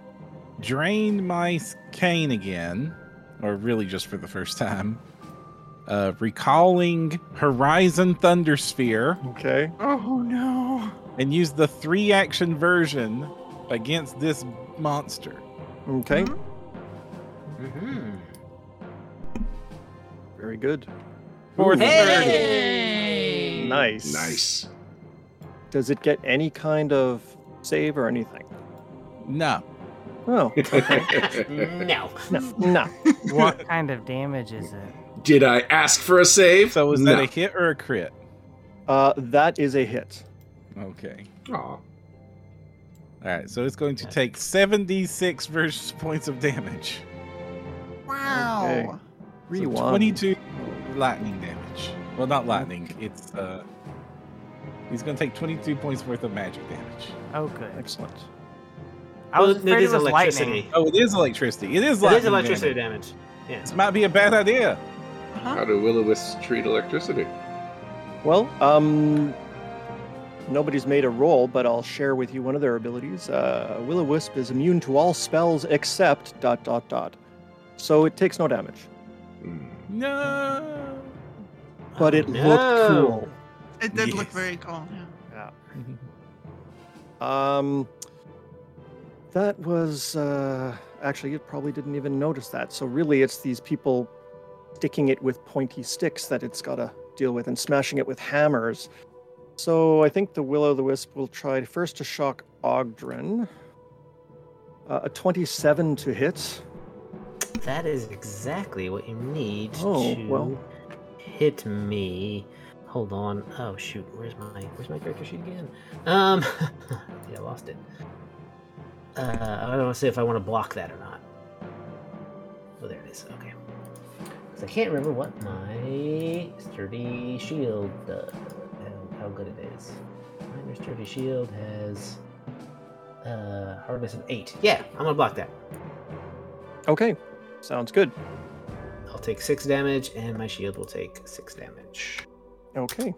drain my s- cane again, or really just for the first time. Uh, recalling Horizon Thunder Sphere
Okay.
Oh no.
and use the three action version against this monster.
Okay.
Mhm.
Mhm.
Very good.
For
Ooh.
thirty.
Hey!
Nice.
Nice.
Does it get any kind of save or anything?
No.
Oh
no.
no, no.
what kind of damage is it?
Did I ask for a save?
So is
no.
that a hit or a crit?
Uh, that is a hit.
Okay.
Aw.
All right. So it's going to take 76 versus points of damage.
Wow.
Okay.
So
Rewind.
22 lightning damage. Well, not lightning. It's uh he's going to take 22 points worth of magic damage.
Oh, good.
Excellent.
I was
Well,
afraid it,
is
was lightning.
electricity.
Oh, it is electricity. It is
It
lightning.
is electricity damage.
This might be a bad idea.
Uh-huh.
How do will o wisps treat electricity?
Well, um, nobody's made a roll, but I'll share with you one of their abilities. Uh, Will o Wisp is immune to all spells except dot dot dot, so it takes no damage.
Hmm.
No.
But it
No.
looked
It did look
Yes.
very cool. Yeah.
cool. Um, that was uh, actually it probably didn't even notice that. So really, it's these people sticking it with pointy sticks that it's got to deal with, and smashing it with hammers. So I think the Will o' the Wisp will try first to shock Ogdrin. Uh, a 27 to hit.
That is exactly what you need
Oh,
to
well.
hit me. Hold on. Oh shoot, where's my where's my character sheet again? Um yeah, I lost it. Uh I don't want to say if I want to block that or not. Oh there it is. Okay. 'Cause I can't remember what my sturdy shield does and how uh, good it is. Climbers Dirty Shield has uh, hardness of eight. Yeah, I'm gonna block that.
Okay, sounds good.
I'll take six damage, and my shield will take six damage.
Okay.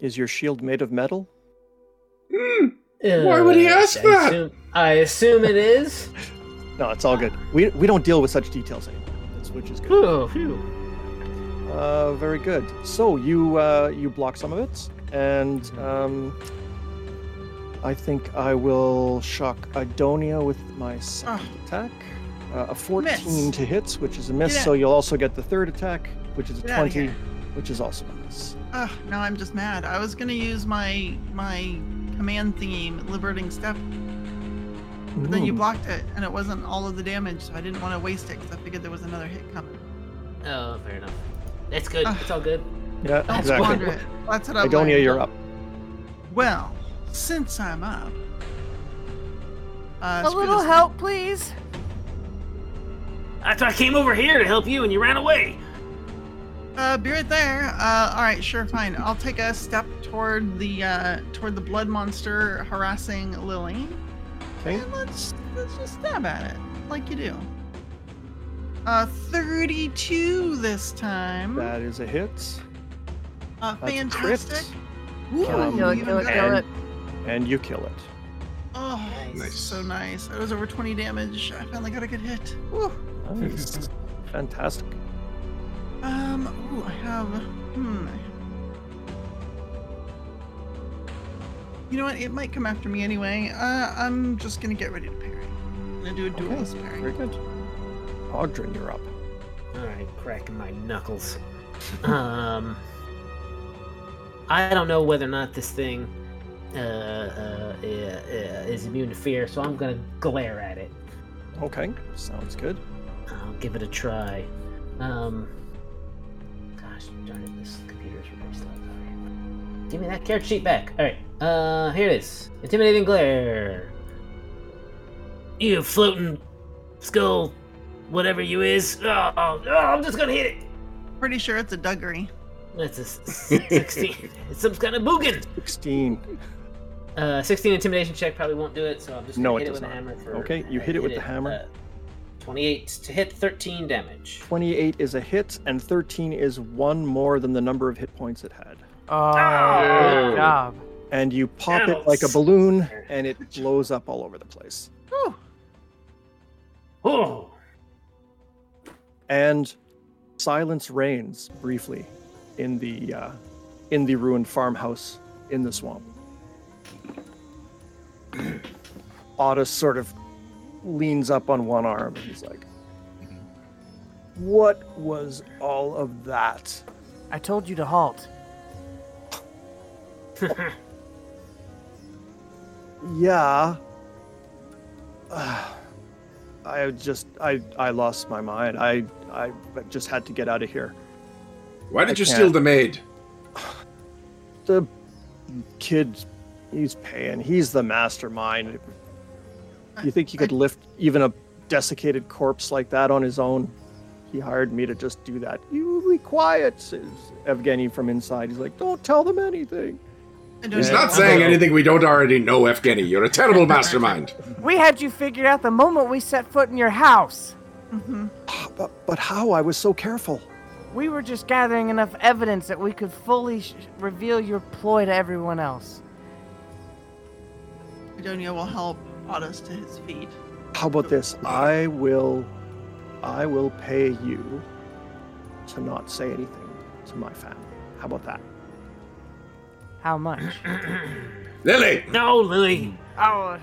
Is your shield made of metal?
Hmm. Why would he
Uh,
ask
I
that?
Assume, I assume it is.
No, it's all good. We, we don't deal with such details anymore, that's- which is good.
Whew, phew.
Uh, very good. So you uh, you block some of it, and um, I think I will shock Idonia with my second attack. Uh, a 14
Ah. Miss.
to hit, which is a miss.
Get
So you'll also get the third attack, which is a
Get outta
20,
here.
which is also a miss.
Ugh, now I'm just mad. I was gonna use my my command thingy, liberating step, but then you
Hmm.
blocked it, and it wasn't all of the damage, so I didn't want to waste it because I figured there was another hit coming.
Oh, fair enough. That's good.
Ah.
It's all good.
Yeah,
Don't squander
exactly.
it. That's what I'm.
Idonia,
learning.
you're up.
Well, since I'm up, uh,
A
screw
little
this
help, please.
That's why I came over here to help you, and you ran away.
Uh, be right there. Uh, all right, sure, fine. I'll take a step toward the uh, toward the blood monster harassing Lily,
Okay.
and let's let's just stab at it like you do. Uh, 32 this time.
That is a hit.
uh,
That's a crit,
fantastic. Woo,
Kill it,
kill it,
even
kill it,
better.
kill it.
and, and you kill it.
Oh,
Nice.
nice. so nice. It was over 20 damage. I finally got a good hit. Woo.
Nice. Fantastic.
Um, ooh, I have. Hmm. You know what? It might come after me anyway. Uh, I'm just gonna get ready to parry. I'm gonna do a duelist
Very
parry.
good. Ogdrin, you're up.
All right, cracking my knuckles. um, I don't know whether or not this thing uh, uh, uh, uh, is immune to fear, so I'm gonna glare at it.
Okay, sounds good.
I'll give it a try. Um, gosh darn it, this computer's really slow. Alright. Give me that character sheet back. All right, uh, here it is. Intimidating glare. You floating skull, whatever you is. Oh, oh, oh, I'm just gonna hit it.
Pretty sure it's a Duggery.
That's a s- s- 16. it's some kind of boogan.
16.
Uh, 16 intimidation check probably won't do it, so I'm just gonna
No, it
hit it
does
with
not.
a hammer. For,
Okay, you
I
hit it with the hammer.
uh, 28 to hit 13 damage.
28 is a hit, and 13 is one more than the number of hit points it had.
Oh,
Oh.
good job.
And you pop it
Ow.
like a balloon, and it blows up all over the place.
Whew.
Oh,
And silence reigns briefly in the uh, in the ruined farmhouse in the swamp. Otis sort of leans up on one arm and he's like, "What was all of that?"
I told you to halt.
Yeah. Ah, I just I I lost my mind. I I just had to get out of here.
Why
I
did you steal
can't.
the maid?
The kid, he's paying. He's the mastermind. You think he could lift even a desiccated corpse like that on his own? He hired me to just do that. You be quiet, says Evgeny from inside. He's like, don't tell them anything.
I don't
He's
know.
not
I'm
saying
a-
anything we don't already know, Evgeny. You're a terrible mastermind.
We had you figured out the moment we set foot in your house.
Mhm.
"Ah, But, but how? I was so careful.
We were just gathering enough evidence that we could fully sh- reveal your ploy to everyone else.
Idonia will help Otis to his feet.
How about this? I will, I will pay you to not say anything to my family. How about that?
How much?
Lily!
no, Lily.
oh,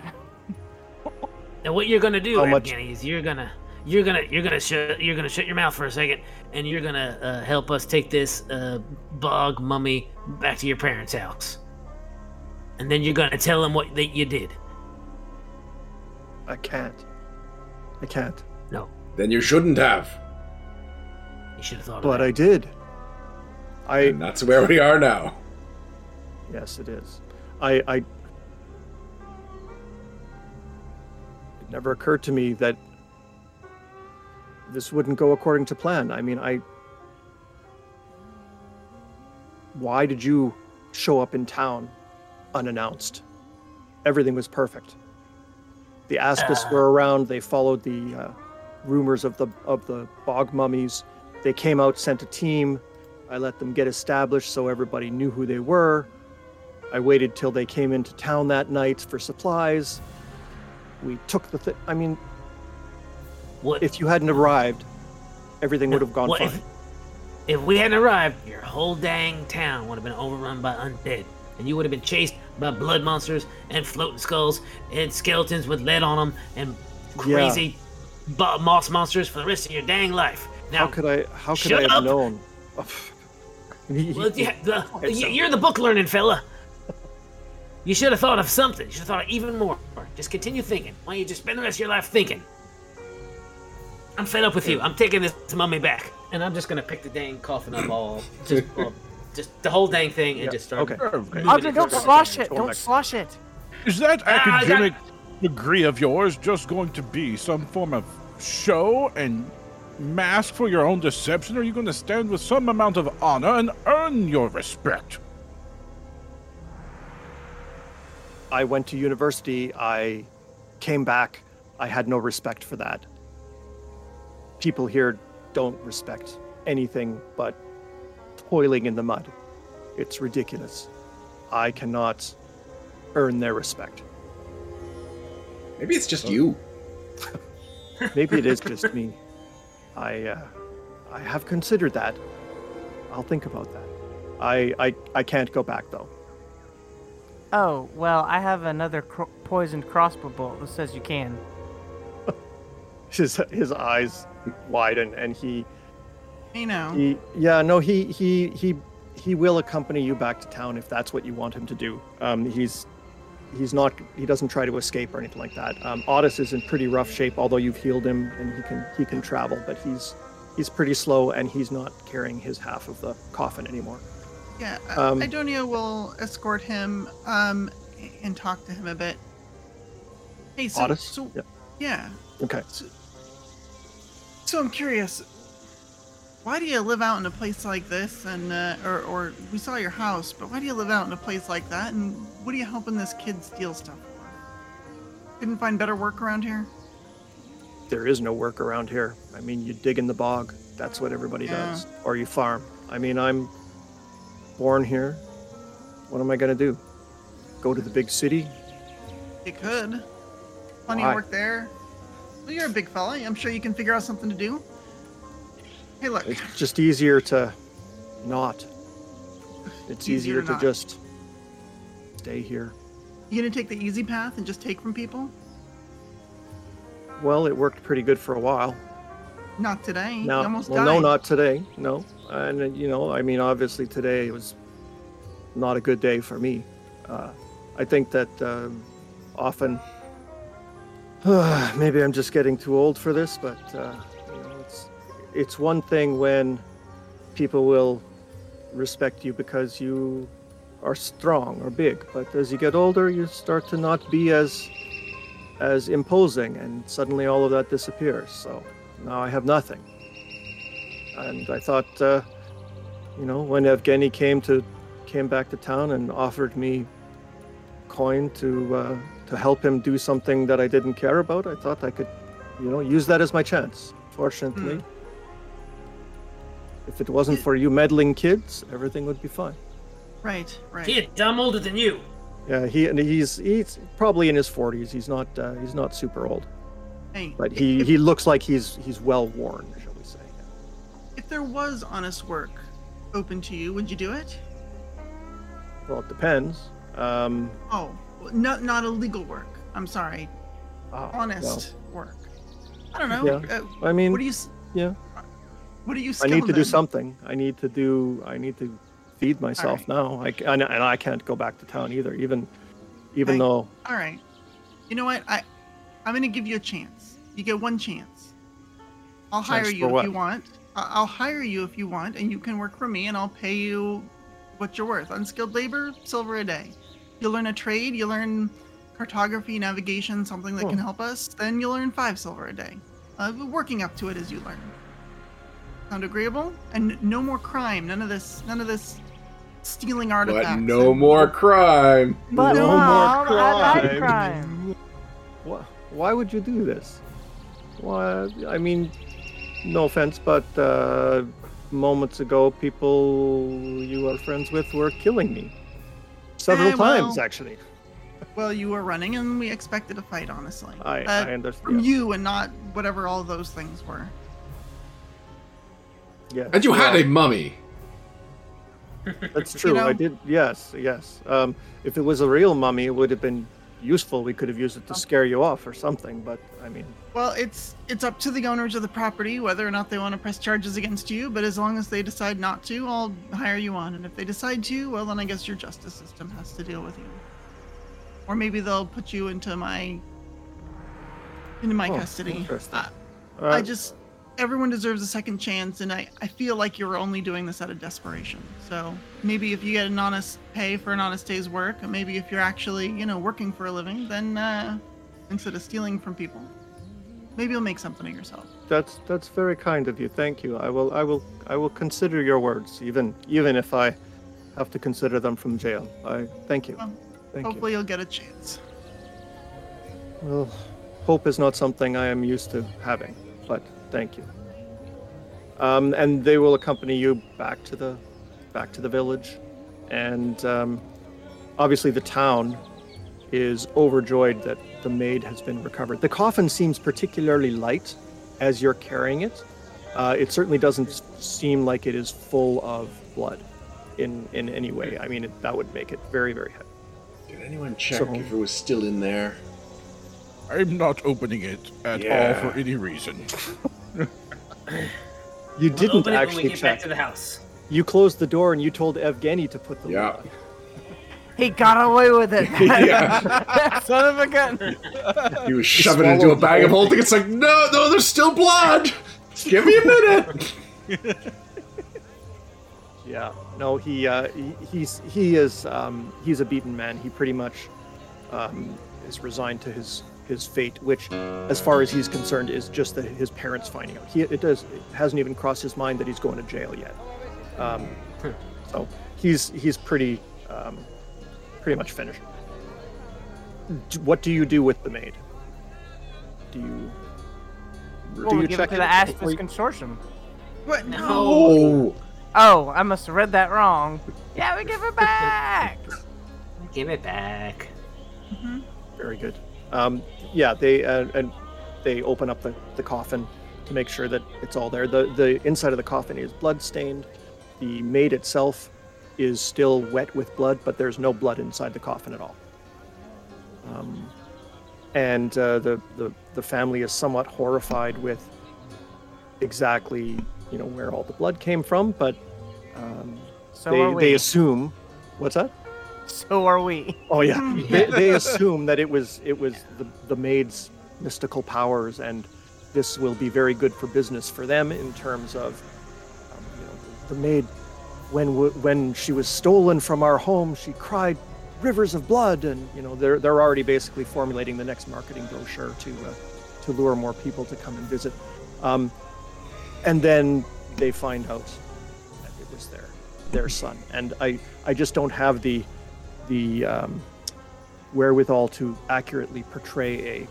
Now what you're gonna do,
How much-
Evgeny, is you're gonna you're gonna you're gonna shut you're gonna shut your mouth for a second, and you're gonna uh, help us take this uh, bog mummy back to your parents' house, and then you're gonna tell them what that you did.
I can't. I can't.
No,
Then you shouldn't have.
you should have thought.
But
of
I did. I
And that's where we are now.
yes, it is. I I. It never occurred to me that this wouldn't go according to plan. I mean, I. Why did you show up in town unannounced. Everything was perfect. The Aspis were around. They followed the uh, rumors of the of the bog mummies. They came out, sent a team. I let them get established so everybody knew who they were. I waited till they came into town that night for supplies. We took the. Th- I mean,
What
if you hadn't arrived, everything would have gone
what
fine.
if, if we hadn't arrived, your whole dang town would have been overrun by undead, and you would have been chased by blood monsters and floating skulls and skeletons with lead on them and crazy bo- moss monsters for the rest of your dang life.
How
Now,
could I? How could
Shut
I have
up!
known? He-
well, yeah, the,
It's
you-
a-
you're the book learning fella. You should have thought of something. You should have thought of even more. Just continue thinking. Why don't you just spend the rest of your life thinking? I'm fed up with you. I'm taking this mummy back, and I'm just gonna pick the dang coffin up all, just, all, just the whole dang thing, and
Yeah,
just start. Ah,
okay.
Okay.
Ogden, don't slosh it.
Tormek.
Don't slosh it.
Is that
Ah, I got-
academic degree of yours just going to be some form of show and mask for your own deception? Or are you going to stand with some amount of honor and earn your respect?
I went to university. I came back. I had no respect for that. People here don't respect anything but toiling in the mud. It's ridiculous. I cannot earn their respect.
Maybe it's just you.
Maybe it is just me. I, uh, I have considered that. I'll think about that. I, I, I can't go back though.
Oh, well, I have another cro- poisoned crossbow bolt that says you can.
His, his eyes widen and he
You know.
He, yeah, no, he he he he will accompany you back to town if that's what you want him to do. Um, he's he's not he doesn't try to escape or anything like that. Um, Otis is in pretty rough shape, although you've healed him and he can he can travel, but he's he's pretty slow and he's not carrying his half of the coffin anymore.
Yeah,
Um,
um, Idonia will escort him um, and talk to him a bit. Hey, so,
Otis,
so
yeah.
yeah,
Okay,
so I'm curious. Why do you live out in a place like this? And uh, or, or we saw your house, but why do you live out in a place like that? And what are you helping this kid steal stuff for? Couldn't find better work around here.
there is no work around here. I mean, you dig in the bog. That's what everybody
Yeah.
does, or you farm. I mean, I'm born here. What am I gonna do? Go to the big city?
You could. Plenty
Why?
of work there. Well, you're a big fella. I'm sure you can figure out something to do. Hey, look.
It's just easier to not. It's
Easier
easier,
to
to
not.
just stay here.
You gonna take the easy path and just take from people?
Well, it worked pretty good for a while.
Not today. You
Now,
almost
well,
died.
no, not today. No, and uh, you know, I mean, obviously today was not a good day for me. Uh, I think that um, often, maybe I'm just getting too old for this, but uh, you know, it's it's one thing when people will respect you because you are strong or big, but as you get older, you start to not be as as imposing, and suddenly all of that disappears. So now I have nothing. And I thought, uh, you know, when Evgeny came to came back to town and offered me coin to uh, to help him do something that I didn't care about, I thought I could, you know, use that as my chance. Fortunately, if it wasn't for you meddling kids, everything would be fine.
Right, right.
Kid, I'm older than you.
Yeah, he and he's he's probably in his 40s. He's not uh, he's not super old,
Hey,
but he he looks like he's he's well worn, shall we say.
if there was honest work open to you, would you do it?
Well, it depends. Um,
Oh, well, not not illegal work. I'm sorry,
ah, well,
honest work. I don't know.
Yeah.
Uh,
I mean,
what do you? s-
yeah.
What do you?
I need to do
skilled in?
something. I need to do. I need to feed myself
right.
now. I ca- and, and I can't go back to town either. Even, even
Right.
though
All right. You know what? I, I'm gonna give you a chance. You get one chance. I'll
Chance
hire
for
you if
what?
you want. I- I'll hire you if you want, and you can work for me, and I'll pay you what you're worth. Unskilled labor, silver a day. You learn a trade. You learn cartography, navigation, something that
Hmm.
can help us. Then you learn five silver a day. Uh, working up to it as you learn. Sound agreeable? And no more crime. None of this. None of this stealing
But
artifacts.
no
and-
more crime.
But
No more
Mom, I like
crime.
crime.
Why, why would you do this? Why? I mean, no offense, but uh, moments ago, people you are friends with were killing me. Several
Eh, well-
times, actually.
Well, you were running, and we expected a fight. Honestly,
I,
That-
I
uh, from
understand.
you and not whatever all those things were.
Yeah,
And you had
well,
a mummy.
That's true. I
know?
did. Yes, yes. Um, if it was a real mummy, it would have been useful. We could have used it
Oh.
to scare you off or something. But I mean,
Well, it's it's up to the owners of the property whether or not they want to press charges against you. But as long as they decide not to, I'll hire you on. And if they decide to, well, then I guess your justice system has to deal with you. Or maybe they'll put you into my into my
Oh,
custody.
interesting.
I,
uh,
I just everyone deserves a second chance, and I I feel like you're only doing this out of desperation. So maybe if you get an honest pay for an honest day's work, and maybe if you're actually you know working for a living, then uh, instead of stealing from people, maybe you'll make something of yourself.
That's that's very kind of you. Thank you. I will I will I will consider your words, even even if I have to consider them from jail. I thank you.
Well,
Thank
Hopefully, you'll get a chance.
you. Well, hope is not something I am used to having, but thank you. Um, and they will accompany you back to the back to the village, and um, obviously the town is overjoyed that the maid has been recovered. The coffin seems particularly light as you're carrying it. Uh, it certainly doesn't s- seem like it is full of blood in, in any way. I mean, it, that would make it very, very heavy.
Did anyone check
So-
if it was still in there?
I'm not opening it at
Yeah.
all for any reason.
You
We'll
didn't
open it when we
actually
get
check.
back to the house.
You closed the door and you told Evgeny to put the lid
Yeah.
on.
He got away with it.
Yeah.
Son of a gun.
He was shoving it into a
swallowed
bag
the
of
whole
holding. It's like, no, no, there's still blood. Give me a minute.
Yeah. No, he, uh, he he's he is um, he's a beaten man. He pretty much um, is resigned to his his fate, which, as far as he's concerned, is just that his parents finding out. He it does it hasn't even crossed his mind that he's going to jail yet. Um, so he's he's pretty um, pretty much finished. D- What do you do with the maid? Do you
Well,
do
we
you
give it to
check
the
it before
Ashford
you-
Consortium.
What? No.
Oh,
Oh, I must have read that wrong. Yeah, we give it back.
Give it back.
Mhm.
Very good. Um, yeah, they uh, and they open up the, the coffin to make sure that it's all there. the The inside of the coffin is bloodstained. The maid itself is still wet with blood, but there's no blood inside the coffin at all. Um, and uh, the, the the family is somewhat horrified with exactly you know where all the blood came from, but um,
So are
they
we.
they assume what's that?
so are we.
Oh yeah, they, they assume that it was it was the, the maid's mystical powers, and this will be very good for business for them in terms of um, you know, the maid. When w- when she was stolen from our home, she cried rivers of blood, and you know they're they're already basically formulating the next marketing brochure to uh, to lure more people to come and visit, um, and then they find out that it was their their son, and I I just don't have the the um, wherewithal to accurately portray a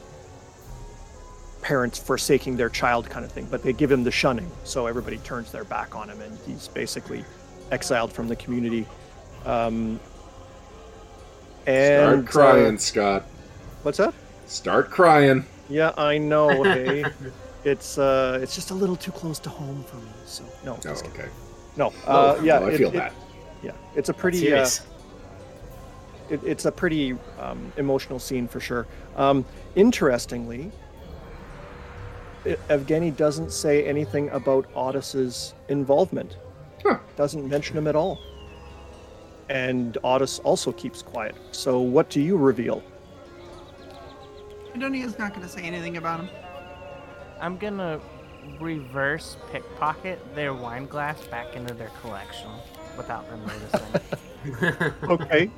parents forsaking their child kind of thing, but they give him the shunning, so everybody turns their back on him, and he's basically exiled from the community. Um, and
start
uh,
crying, Scott.
what's that?
Start crying.
Yeah, I know. Hey, it's uh, it's just a little too close to home for me. So no,
Oh,
just kidding.
okay.
no. Uh,
Oh,
yeah,
no, I
it-
feel
it-
that.
Yeah, it's a pretty. Uh,
Serious.
it, it's a pretty um, emotional scene for sure. Um, interestingly, E- Evgeny doesn't say anything about Otis's involvement.
Huh.
Doesn't mention him at all. And Otis also keeps quiet. So, what do you reveal?
Adonia's not going to say anything about him.
I'm gonna reverse pickpocket their wine glass back into their collection without them noticing.
okay.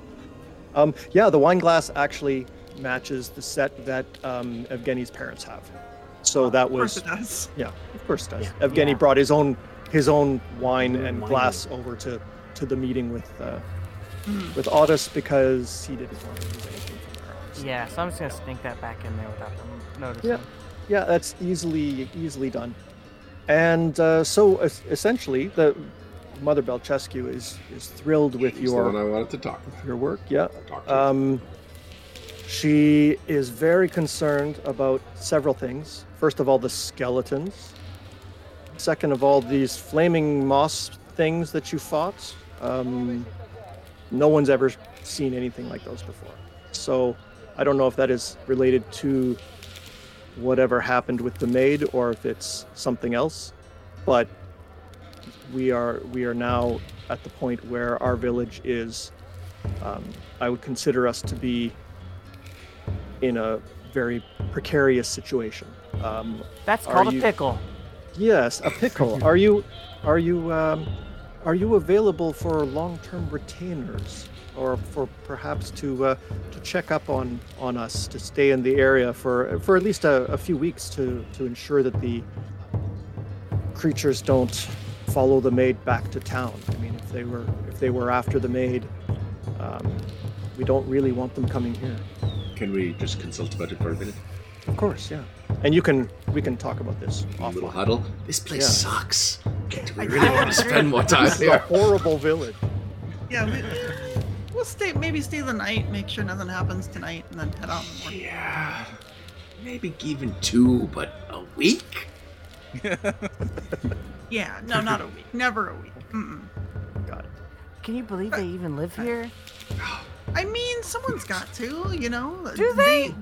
Um, yeah, the wine glass actually matches the set that um, Evgeny's parents have. So that
Of course
was
it does.
Yeah, of course it does.
Yeah.
Evgeny
Yeah.
brought his own his own wine
Own
and
wine.
glass over to to to the meeting with uh,
Mm.
with Otis because he didn't want to lose anything from her. obviously.
Yeah, so I'm just gonna sneak that back in there without them noticing.
Yeah. Yeah, that's easily easily done. And uh, so es- essentially, the Mother Belchescu is is thrilled with
He's the one
your
I wanted to talk with.
your work. Yeah.
Talk to.
Um, she is very concerned about several things. First of all, the skeletons. Second of all, these flaming moss things that you fought. Um, no one's ever seen anything like those before. So I don't know if that is related to whatever happened with the maid or if it's something else. But we are we are now at the point where our village is um, I would consider us to be in a very precarious situation. Um,
That's
Are
called a
you-
pickle.
yes, a pickle. Are you, are you, um, are you available for long-term retainers, or for perhaps to uh, to check up on on us to stay in the area for for at least a, a few weeks to to ensure that the creatures don't follow the maid back to town. I mean, if they were if they were after the maid, um, we don't really want them coming here.
Can we just consult about it for a minute?
Of course, yeah. And you can we can talk about this
A little
offline.
huddle. This place
Yeah.
sucks. Do we really want to spend more time
This is a
here?
horrible village.
Yeah, we, we'll stay, maybe stay the night, make sure nothing happens tonight, and then head out. in the morning.
Yeah. Maybe even two, but a week?
Yeah, no, not a week. Never a week. Mm-mm.
Got it.
Can you believe they even live here?
I mean, someone's got to, you know.
Do they?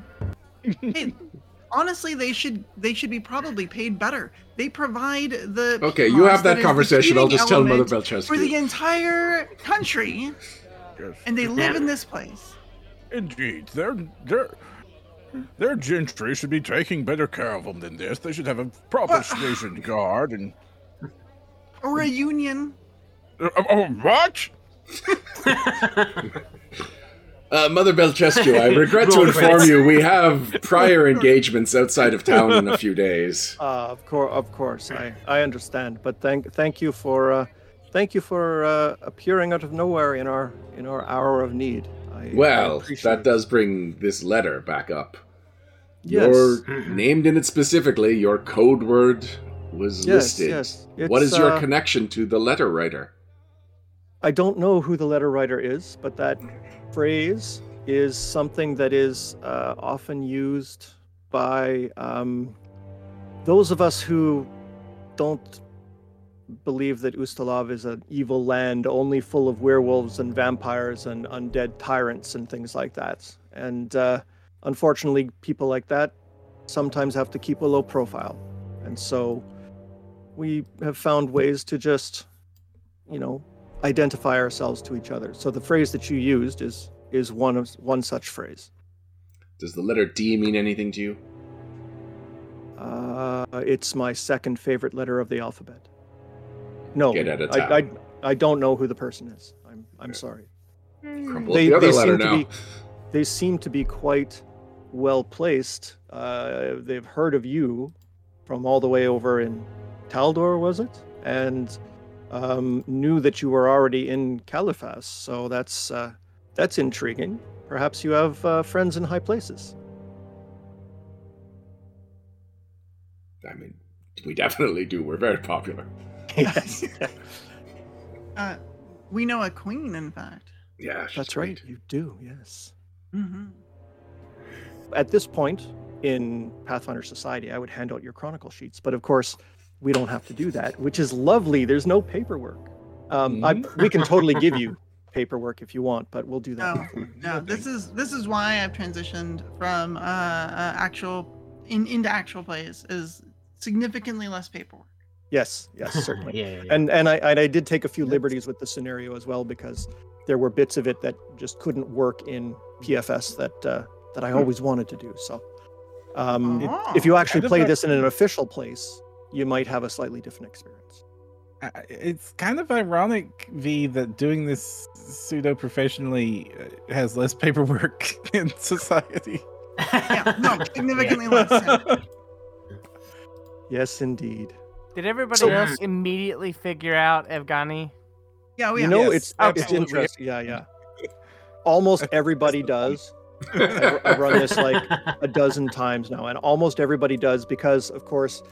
hey, honestly, they should. They should be probably paid better. They provide the.
Okay, you
PMOS
have
is
that
the
conversation. I'll
feeding
just tell Mother
element for the
Belchesky.
entire country, and they live in this place.
Indeed, their their their gentry should be taking better care of them than this. They should have a proper
Well-
station guard and.
Or a union.
Uh, oh, what?
Uh, Mother Belchescu, I regret to
Roll
inform
credits.
you we have prior engagements outside of town in a few days.
Uh, of course, of course, I, I understand. But thank thank you for uh, thank you for uh, appearing out of nowhere in our in our hour of need. I, I
Well,
appreciate
that
it.
does bring this letter back up.
Yes.
You're named in it specifically. Your code word was
Yes,
listed.
yes.
what
It's,
is your
uh,
connection to the letter writer?
I don't know who the letter writer is, but that phrase is something that is uh, often used by um, those of us who don't believe that Ustalav is an evil land only full of werewolves and vampires and undead tyrants and things like that. And uh, unfortunately, people like that sometimes have to keep a low profile. And so we have found ways to just, you know, identify ourselves to each other. So the phrase that you used is is one of one such phrase.
Does the letter D mean anything to you?
Uh, it's my second favorite letter of the alphabet. No,
Get out of
I, I
town.
I don't know who the person is. I'm I'm sorry.
Crumple up the other letter now.
to be they seem to be quite well placed. Uh, they've heard of you from all the way over in Taldor, was it? And um, knew that you were already in Caliphas, so that's uh, that's intriguing. Perhaps you have uh, friends in high places.
I mean, we definitely do. We're very popular.
Yes,
Uh, we know a queen, in fact.
Yeah, she's
that's
great.
right. You do, yes.
Mm-hmm.
at this point in Pathfinder Society, I would hand out your chronicle sheets, but of course, we don't have to do that, which is lovely. There's no paperwork. Um, I, we can totally give you paperwork if you want, but we'll do that.
Oh, No, no. This is this is why I've transitioned from uh, uh actual in into actual plays is significantly less paperwork.
Yes, yes, certainly.
yeah, yeah, yeah.
And and I and I did take a few liberties with the scenario as well because there were bits of it that just couldn't work in PFS that uh, that I always wanted to do. So, um,
Oh.
if you actually
Kind of
play
a-
this in an official place, you might have a slightly different experience.
I- I- it's kind of ironic, V, that doing this pseudo professionally has less paperwork in society.
yeah, no, significantly less.
That's
Yes, indeed.
Did everybody
So-
else immediately figure out Evgani?
Oh, Yeah, we
you
have.
know,
Yes,
it's it's
absolutely.
interesting. Yeah, yeah. Almost everybody does. I, I run this like a dozen times now, and almost everybody does because, of course,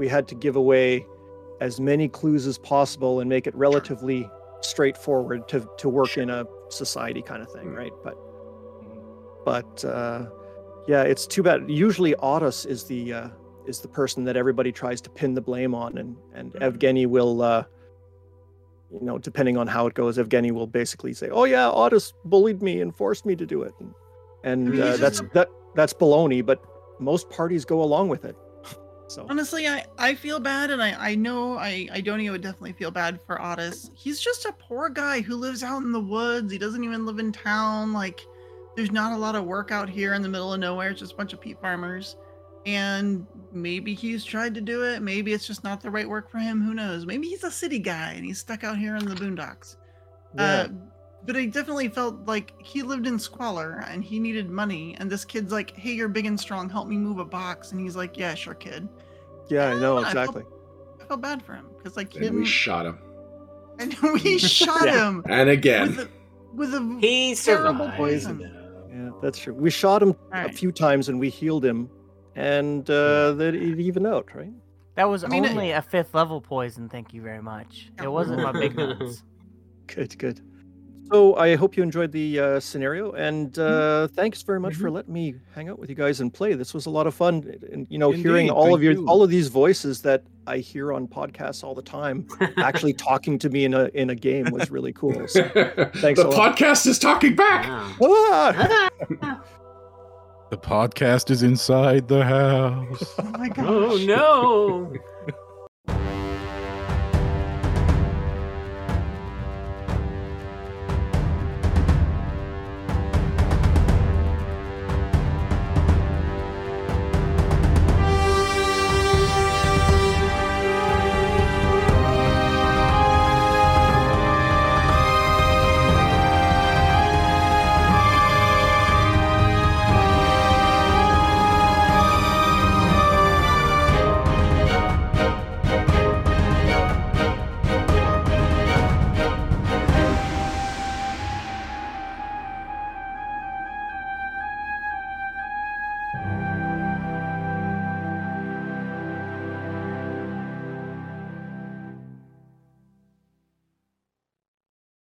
we had to give away as many clues as possible and make it relatively straightforward to to work in a society kind of thing,
Mm.
right? But but uh, yeah, it's too bad. Usually, Otis is the uh, is the person that everybody tries to pin the blame on, and and
Mm-hmm.
Evgeny will. Uh, you know, depending on how it goes, Evgeny will basically say, "Oh yeah, Otis bullied me and forced me to do it," and, and
I mean,
uh,
he's
that's
just
that that's baloney. But most parties go along with it. So
Honestly, I, I feel bad, and I, I know I, I Donio would definitely feel bad for Otis. He's just a poor guy who lives out in the woods. He doesn't even live in town. Like, there's not a lot of work out here in the middle of nowhere. It's just a bunch of peat farmers. And maybe he's tried to do it. Maybe it's just not the right work for him. Who knows? Maybe he's a city guy and he's stuck out here in the boondocks. Uh, but I definitely felt like he lived in squalor and he needed money. And this kid's like, hey, you're big and strong. Help me move a box. And he's like, yeah, sure, kid.
yeah, I
Ah,
know
I felt-
exactly.
I felt bad for him because like he
And we
didn't,
shot him.
and we shot
Yeah.
him
And
with
again.
a, with a
he
terrible
survived.
poison.
Yeah, that's true. We shot him a
Alright.
few times and we healed him, and uh,
Hmm.
that it evened out, right?
That was
I mean, it-
only a fifth level poison, thank you very much.
Yeah.
It wasn't my big nuts.
Good, good. So I hope you enjoyed the uh, scenario, and
Hmm.
uh, thanks very much
Mm-hmm.
for letting me hang out with you guys and play. This was a lot of fun, and- and you know, hearing
Indeed,
all of
thank
your
you.
all of these voices that I hear on podcasts all the time, actually talking to me in a in a game was really cool. So. Thanks
the
a lot.
podcast is talking back.
Wow.
Ah!
The podcast is inside the house.
Oh my god!
Oh no!